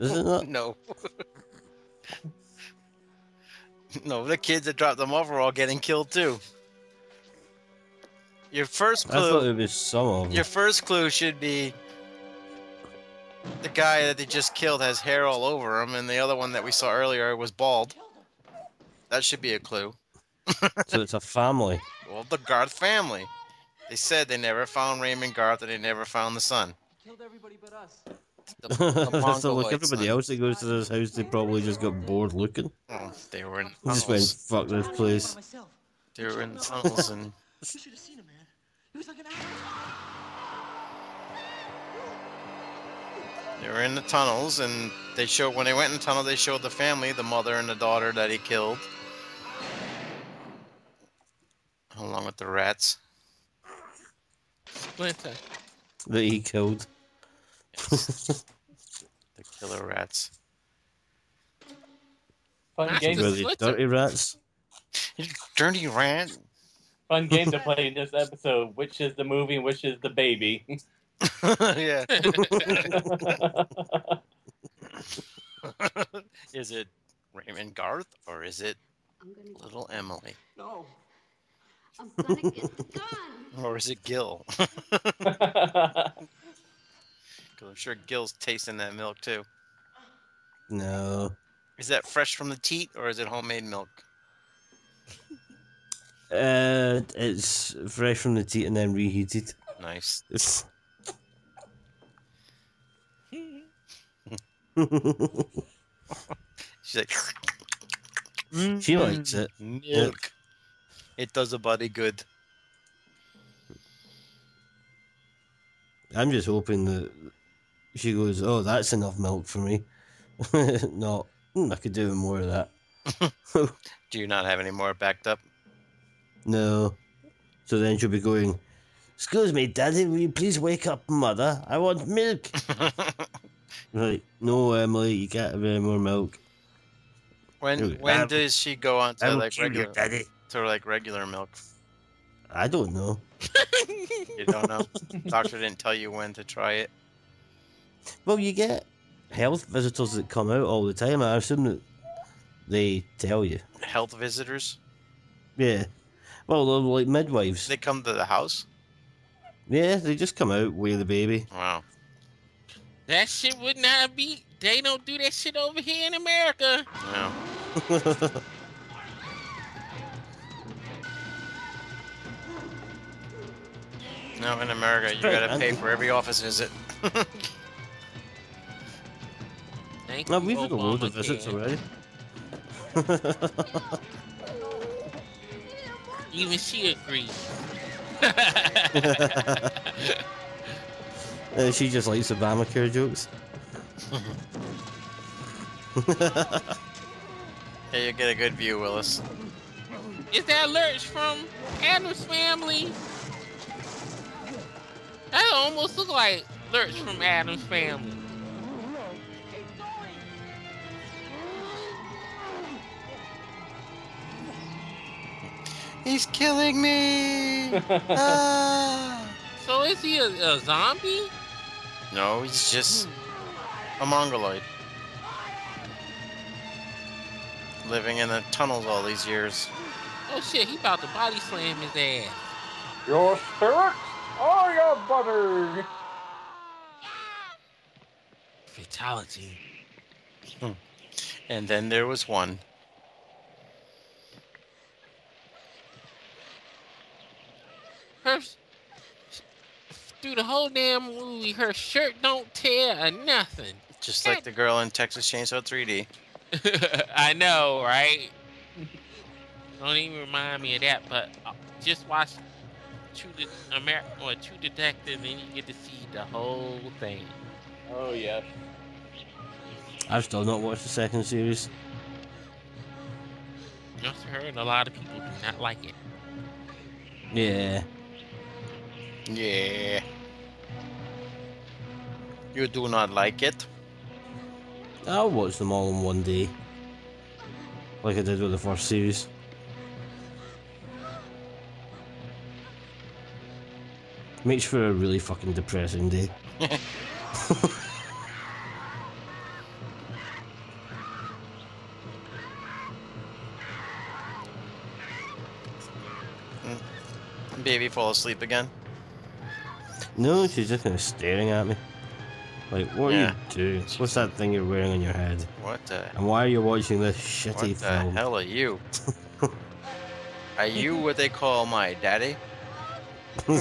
Is it not? No. no, the kids that dropped them off are all getting killed too. Your first I thought clue, it was some of them. your first clue should be the guy that they just killed has hair all over him, and the other one that we saw earlier was bald. That should be a clue. so it's a family. Well, the Garth family. They said they never found Raymond Garth and they never found the son. so Mongoloid look, everybody son. else that goes to this house, they probably just got bored looking. Oh, they were in They just went, tunnels. fuck this place. They were in tunnels and You should have seen him, man. He was like an animal. they were in the tunnels and they showed when they went in the tunnel they showed the family, the mother and the daughter that he killed. Along with the rats. Splinter. That he killed. The killer rats. Fun game, Were they to, dirty rats? dirty rant. fun game to play in this episode. Which is the movie and which is the baby? yeah. is it Raymond Garth or is it Little Emily? No. I'm gonna get the gun. Or is it Gil? Because I'm sure Gil's tasting that milk too. No. Is that fresh from the teat or is it homemade milk? Uh, it's fresh from the teat and then reheated. Nice. She's like, she likes it. Yeah. milk. It does a body good. I'm just hoping that she goes, "Oh, that's enough milk for me." Not, "Hmm, I could do with more of that. Do you not have any more backed up? No. So then she'll be going, "Excuse me, Daddy, will you please wake up, Mother? I want milk." Like, no, Emily, you can't have any more milk. When Dude, when I'm- does she go on to I'm like kill you, regular Daddy. to like regular milk? I don't know. You don't know. Doctor didn't tell you when to try it. Well, you get health visitors that come out all the time. I assume that they tell you. Health visitors. Yeah. Well, they're like midwives. They come to the house. Yeah, they just come out with the baby. Wow. That shit would not be. They don't do that shit over here in America. Yeah. No, in America, you gotta pay for every office visit. Thank no, you, we've had a load of Obamacare. visits already. Even she agrees. Uh, she just likes Obamacare jokes. Yeah, you get a good view, Willis. Is that Lurch from Adam's Family? That almost look like Lurch from Adam's Family. He's killing me. Ah. So is he a, a zombie? No, he's just a mongoloid. Living in the tunnels all these years. Oh shit, he about to body slam his ass. Your spirits or your butter? Fatality. And then there was one. Her through the whole damn movie, her shirt don't tear or nothing. Just like the girl in Texas Chainsaw 3D. I know, right? Don't even remind me of that. But uh, just watch True De- Amer- or True Detective, and you get to see the whole thing. Oh yes. I've still not watched the second series. Just heard a lot of people do not like it. Yeah. Yeah. You do not like it? I'll watch them all in one day. Like I did with the first series. Makes for a really fucking depressing day. Baby fall asleep again? No, she's just kind of staring at me. Like, what Yeah. are you doing? What's that thing you're wearing on your head? What the, And why are you watching this what shitty the film? hell are you? Are you what they call my daddy? Now,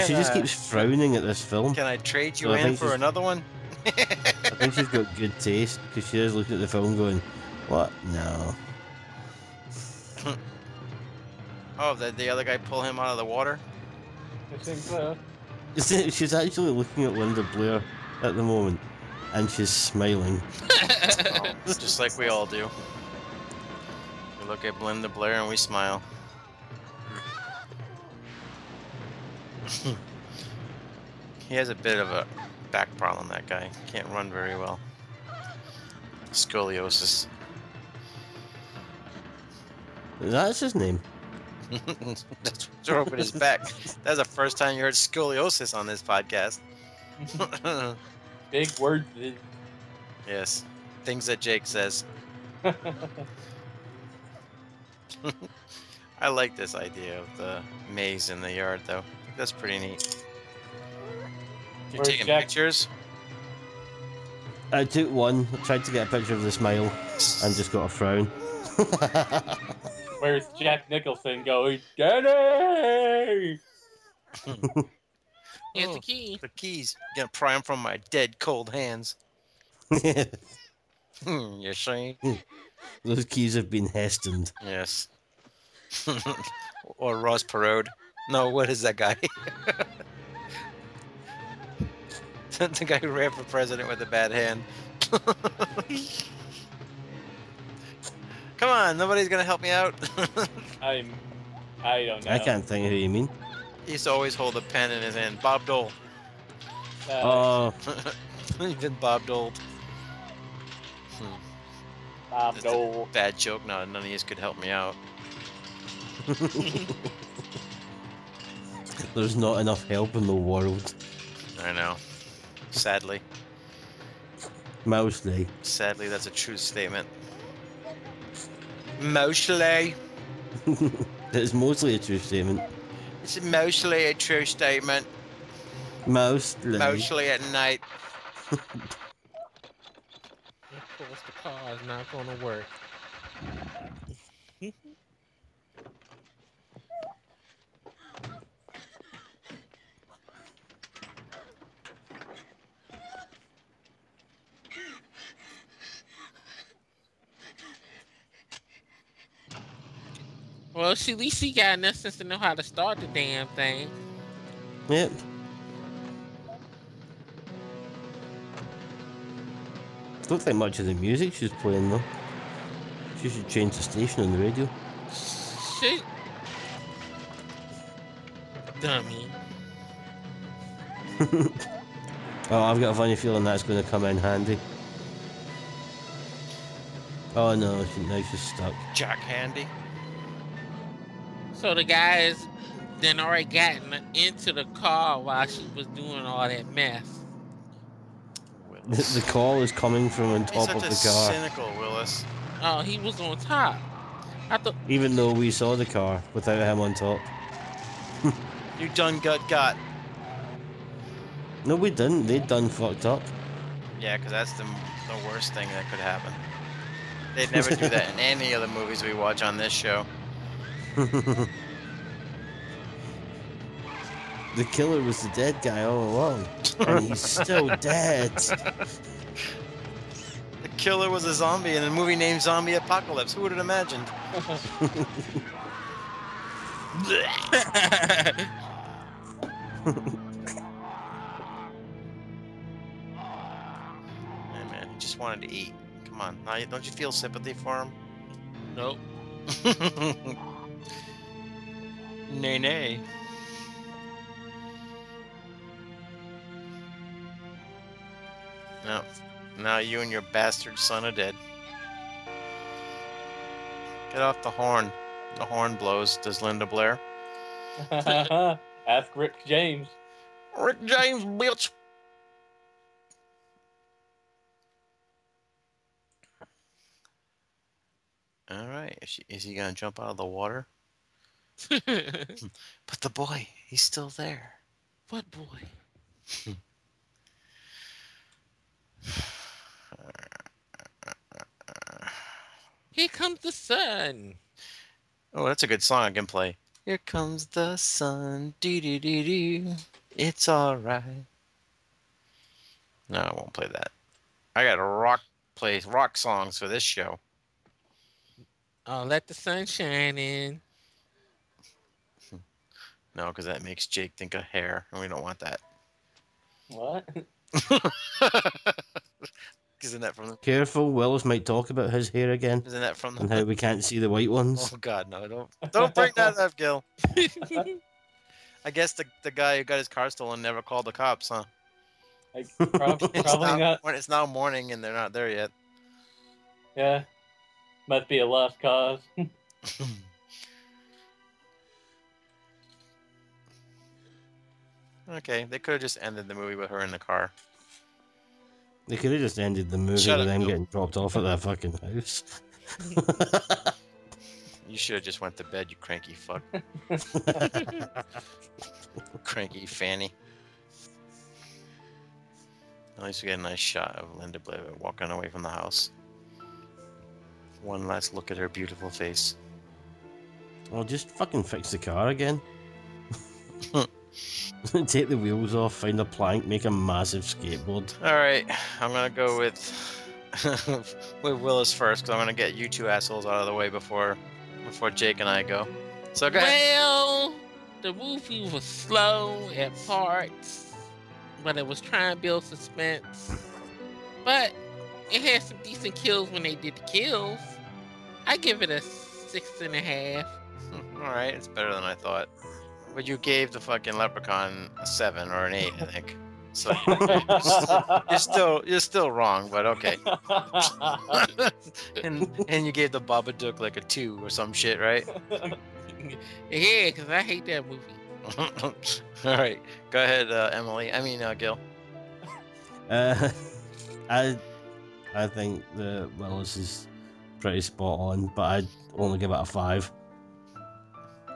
she just Can I- keeps frowning at this film. Can I trade you So I in think for she's- another one? I think she's got good taste because she is looking at the film going, "What? No." Oh, did the other guy pull him out of the water? I think so. she's actually looking at Linda Blair at the moment, and she's smiling. Oh, just like we all do. We look at Linda Blair and we smile. he has a bit of a back problem, that guy. Can't run very well. Scoliosis. That's his name. That's what's wrong with his back. That's the first time you heard scoliosis on this podcast. Big word. Yes. Things that Jake says. I like this idea of the maze in the yard, though. That's pretty neat. You're Where's taking Jack? pictures? I took one. I tried to get a picture of the smile, and just got a frown. Where's Jack Nicholson going? Daddy! Here's the key. The keys. Gonna pry them from my dead cold hands. Hmm, you see? Those keys have been hestoned. Yes. or Ross Perot. No, what is that guy? the guy who ran for president with a bad hand. Come on, nobody's gonna help me out. I'm. I don't know. I can't think of who you mean. he used to always hold a pen in his hand. Bob Dole. Uh, Oh, He's been Bob Dole. Uh, Bob That's Dole. a bad joke. No, none of these could help me out. there's not enough help in the world. I know. Sadly, Mouse Day. sadly, that's a true statement. Mostly. It's mostly a true statement. It's mostly a true statement. Mostly. Mostly at night. Of course, the car is not gonna work. Well, she at least she got enough sense to know how to start the damn thing. Yep. Don't think much of the music she's playing though. She should change the station on the radio. Shit. Dummy. Oh, I've got a funny feeling that's going to come in handy. Oh no, she, now she's stuck. Jack Handy. So the guys then already gotten into the car while she was doing all that mess. The, Willis. the call is coming from on He's top such of a the car, cynical Willis. Oh, he was on top. I thought even though we saw the car without him on top. You done gut got. No, we didn't. They'd done fucked up. Yeah, 'cause that's the, the worst thing that could happen. They'd never do that in any of the movies we watch on this show. the killer was the dead guy all along, and he's still dead. The killer was a zombie in a movie named Zombie Apocalypse. Who would have imagined? Hey, man, he just wanted to eat. Come on. Now, you- don't you feel sympathy for him? nope. nay, nay. No. Now you and your bastard son are dead. Get off the horn. The horn blows, does Linda Blair. Ask Rick James. Rick James, bitch. All right. Is, she, is he going to jump out of the water? But the boy, he's still there. what boy? Here comes the sun. Oh, that's a good song I can play. Here comes the sun. Dee dee dee dee. It's all right. No, I won't play that. I got rock plays rock songs for this show. Oh, let the sun shine in. No, because that makes Jake think of hair, and we don't want that. What? Isn't that from the? Careful, Willis might talk about his hair again. Isn't that from the- And how we can't see the white ones. Oh God, no! Don't don't bring that up, Gil. I guess the the guy who got his car stolen never called the cops, huh? I prob- it's probably now, not. when It's now morning, and they're not there yet. Yeah. Must be a lost cause. Okay, they could have just ended the movie with her in the car. They could have just ended the movie Shut with up, them Bill. getting dropped off at their fucking house. You should have just went to bed, you cranky fuck. cranky fanny. At least we get a nice shot of Linda Blair walking away from the house. One last look at her beautiful face. Or just fucking fix the car again. Take the wheels off, find a plank, make a massive skateboard. All right, I'm gonna go with with Willis first because I'm gonna get you two assholes out of the way before before Jake and I go. So go ahead. Well, the movie was slow at parts, but it was trying to build suspense. But it had some decent kills when they did the kills. I give it a six and a half. All right, it's better than I thought. But you gave the fucking leprechaun a seven or an eight, I think. So you're still you're still wrong, but okay. Oh. and and you gave the Babadook like a two or some shit, right? Yeah, because I hate that movie. All right, go ahead, uh, Emily. I mean, uh, Gil. Uh, I, I think the Willis is pretty spot on, but I'd only give it a five.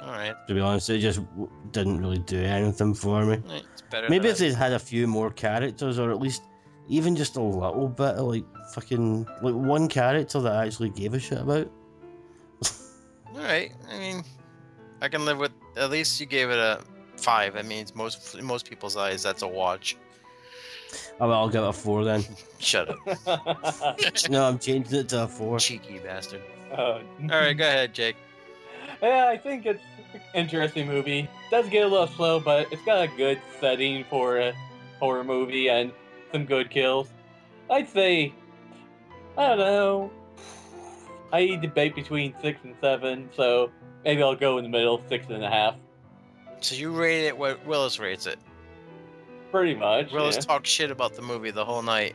All right, To be honest, it just w- didn't really do anything for me. it's better. Maybe than if they'd had a few more characters, or at least even just a little bit of like fucking like one character that I actually gave a shit about. All right. I mean, I can live with. At least you gave it a five. I mean, it's most in most people's eyes, that's a watch. Oh, well, I'll give it a four then. Shut up, no, I'm changing it to a four. cheeky bastard. Oh. All right, go ahead, Jake. Yeah, I think it's an interesting movie. Does get a little slow, but it's got a good setting for a horror movie and some good kills. I'd say, I don't know. I debate between six and seven, so maybe I'll go in the middle, six and a half, So you rate it what Willis rates it. pretty much. Willis yeah. talked shit about the movie the whole night,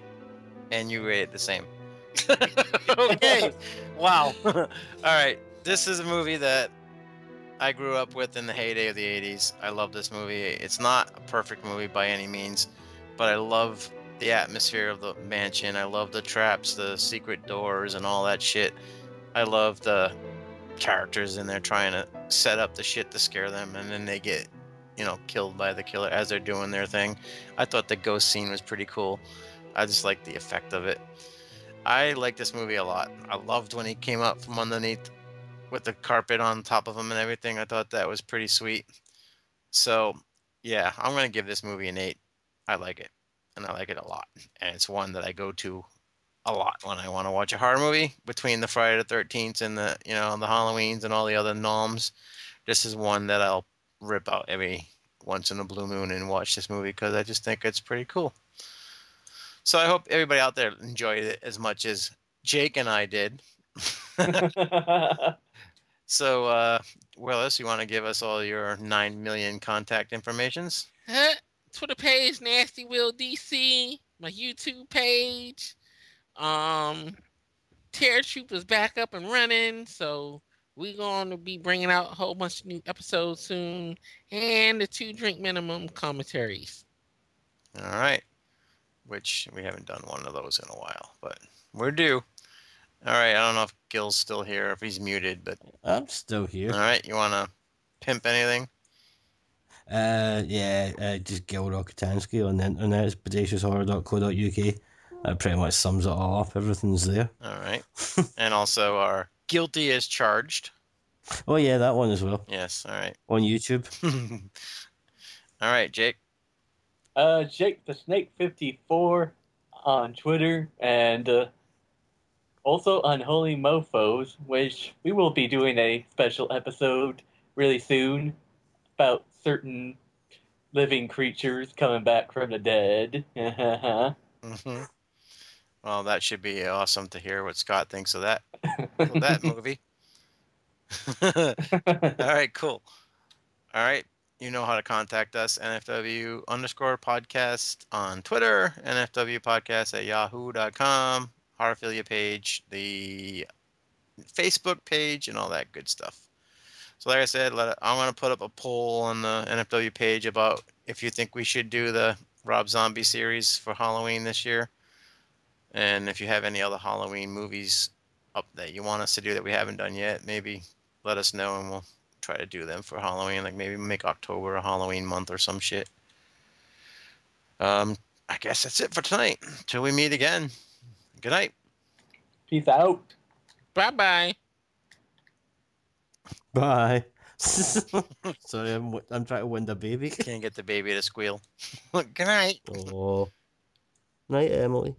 and you rate it the same. okay. Wow. All right. This is a movie that I grew up with in the heyday of the 80s. I love this movie. It's not a perfect movie by any means, but I love the atmosphere of the mansion. I love the traps, the secret doors, and all that shit. I love the characters in there trying to set up the shit to scare them, and then they get, you know, killed by the killer as they're doing their thing. I thought the ghost scene was pretty cool. I just like the effect of it. I like this movie a lot. I loved when he came up from underneath with the carpet on top of him and everything. I thought that was pretty sweet. So, yeah, I'm going to give this movie an 8. I like it. And I like it a lot. And it's one that I go to a lot when I want to watch a horror movie between the Friday the 13th and the, you know, the Halloweens and all the other noms. This is one that I'll rip out every once in a blue moon and watch this movie because I just think it's pretty cool. So I hope everybody out there enjoyed it as much as Jake and I did. So, uh, Willis, you want to give us all your 9 million contact informations? Huh? Twitter page, Nasty Will DC. My YouTube page. Um, Terror Troop is back up and running, so we're going to be bringing out a whole bunch of new episodes soon, and the two drink minimum commentaries. All right. Which we haven't done one of those in a while, but we're due. All right. I don't know if Gil's still here, if he's muted, but I'm still here. all right. You want to pimp anything? Uh, yeah, uh, just Gil Rokotansky on the internet. It's bodacioushorror.co.uk. That pretty much sums it all up. Everything's there. All right. and also our guilty as charged Oh yeah, that one as well. Yes. All right. On YouTube. All right, Jake. Uh, Jake the Snake fifty four on Twitter and uh, also Unholy Mofos, which we will be doing a special episode really soon about certain living creatures coming back from the dead. hmm Well, that should be awesome to hear what Scott thinks of that of that movie. All right, cool. All right, you know how to contact us NFW underscore podcast on Twitter, NFW podcast at yahoo.com, our affiliate page, the Facebook page, and all that good stuff. So, like I said, let, I'm going to put up a poll on the NFW page about if you think we should do the Rob Zombie series for Halloween this year. And if you have any other Halloween movies up that you want us to do that we haven't done yet, maybe let us know and we'll try to do them for Halloween. Like maybe make October a Halloween month or some shit. Um, I guess that's it for tonight. Till we meet again. Good night. Peace out. Bye bye. Bye. Sorry, I'm w- I'm trying to win the baby. Can't get the baby to squeal. Good night. Oh, night, Emily.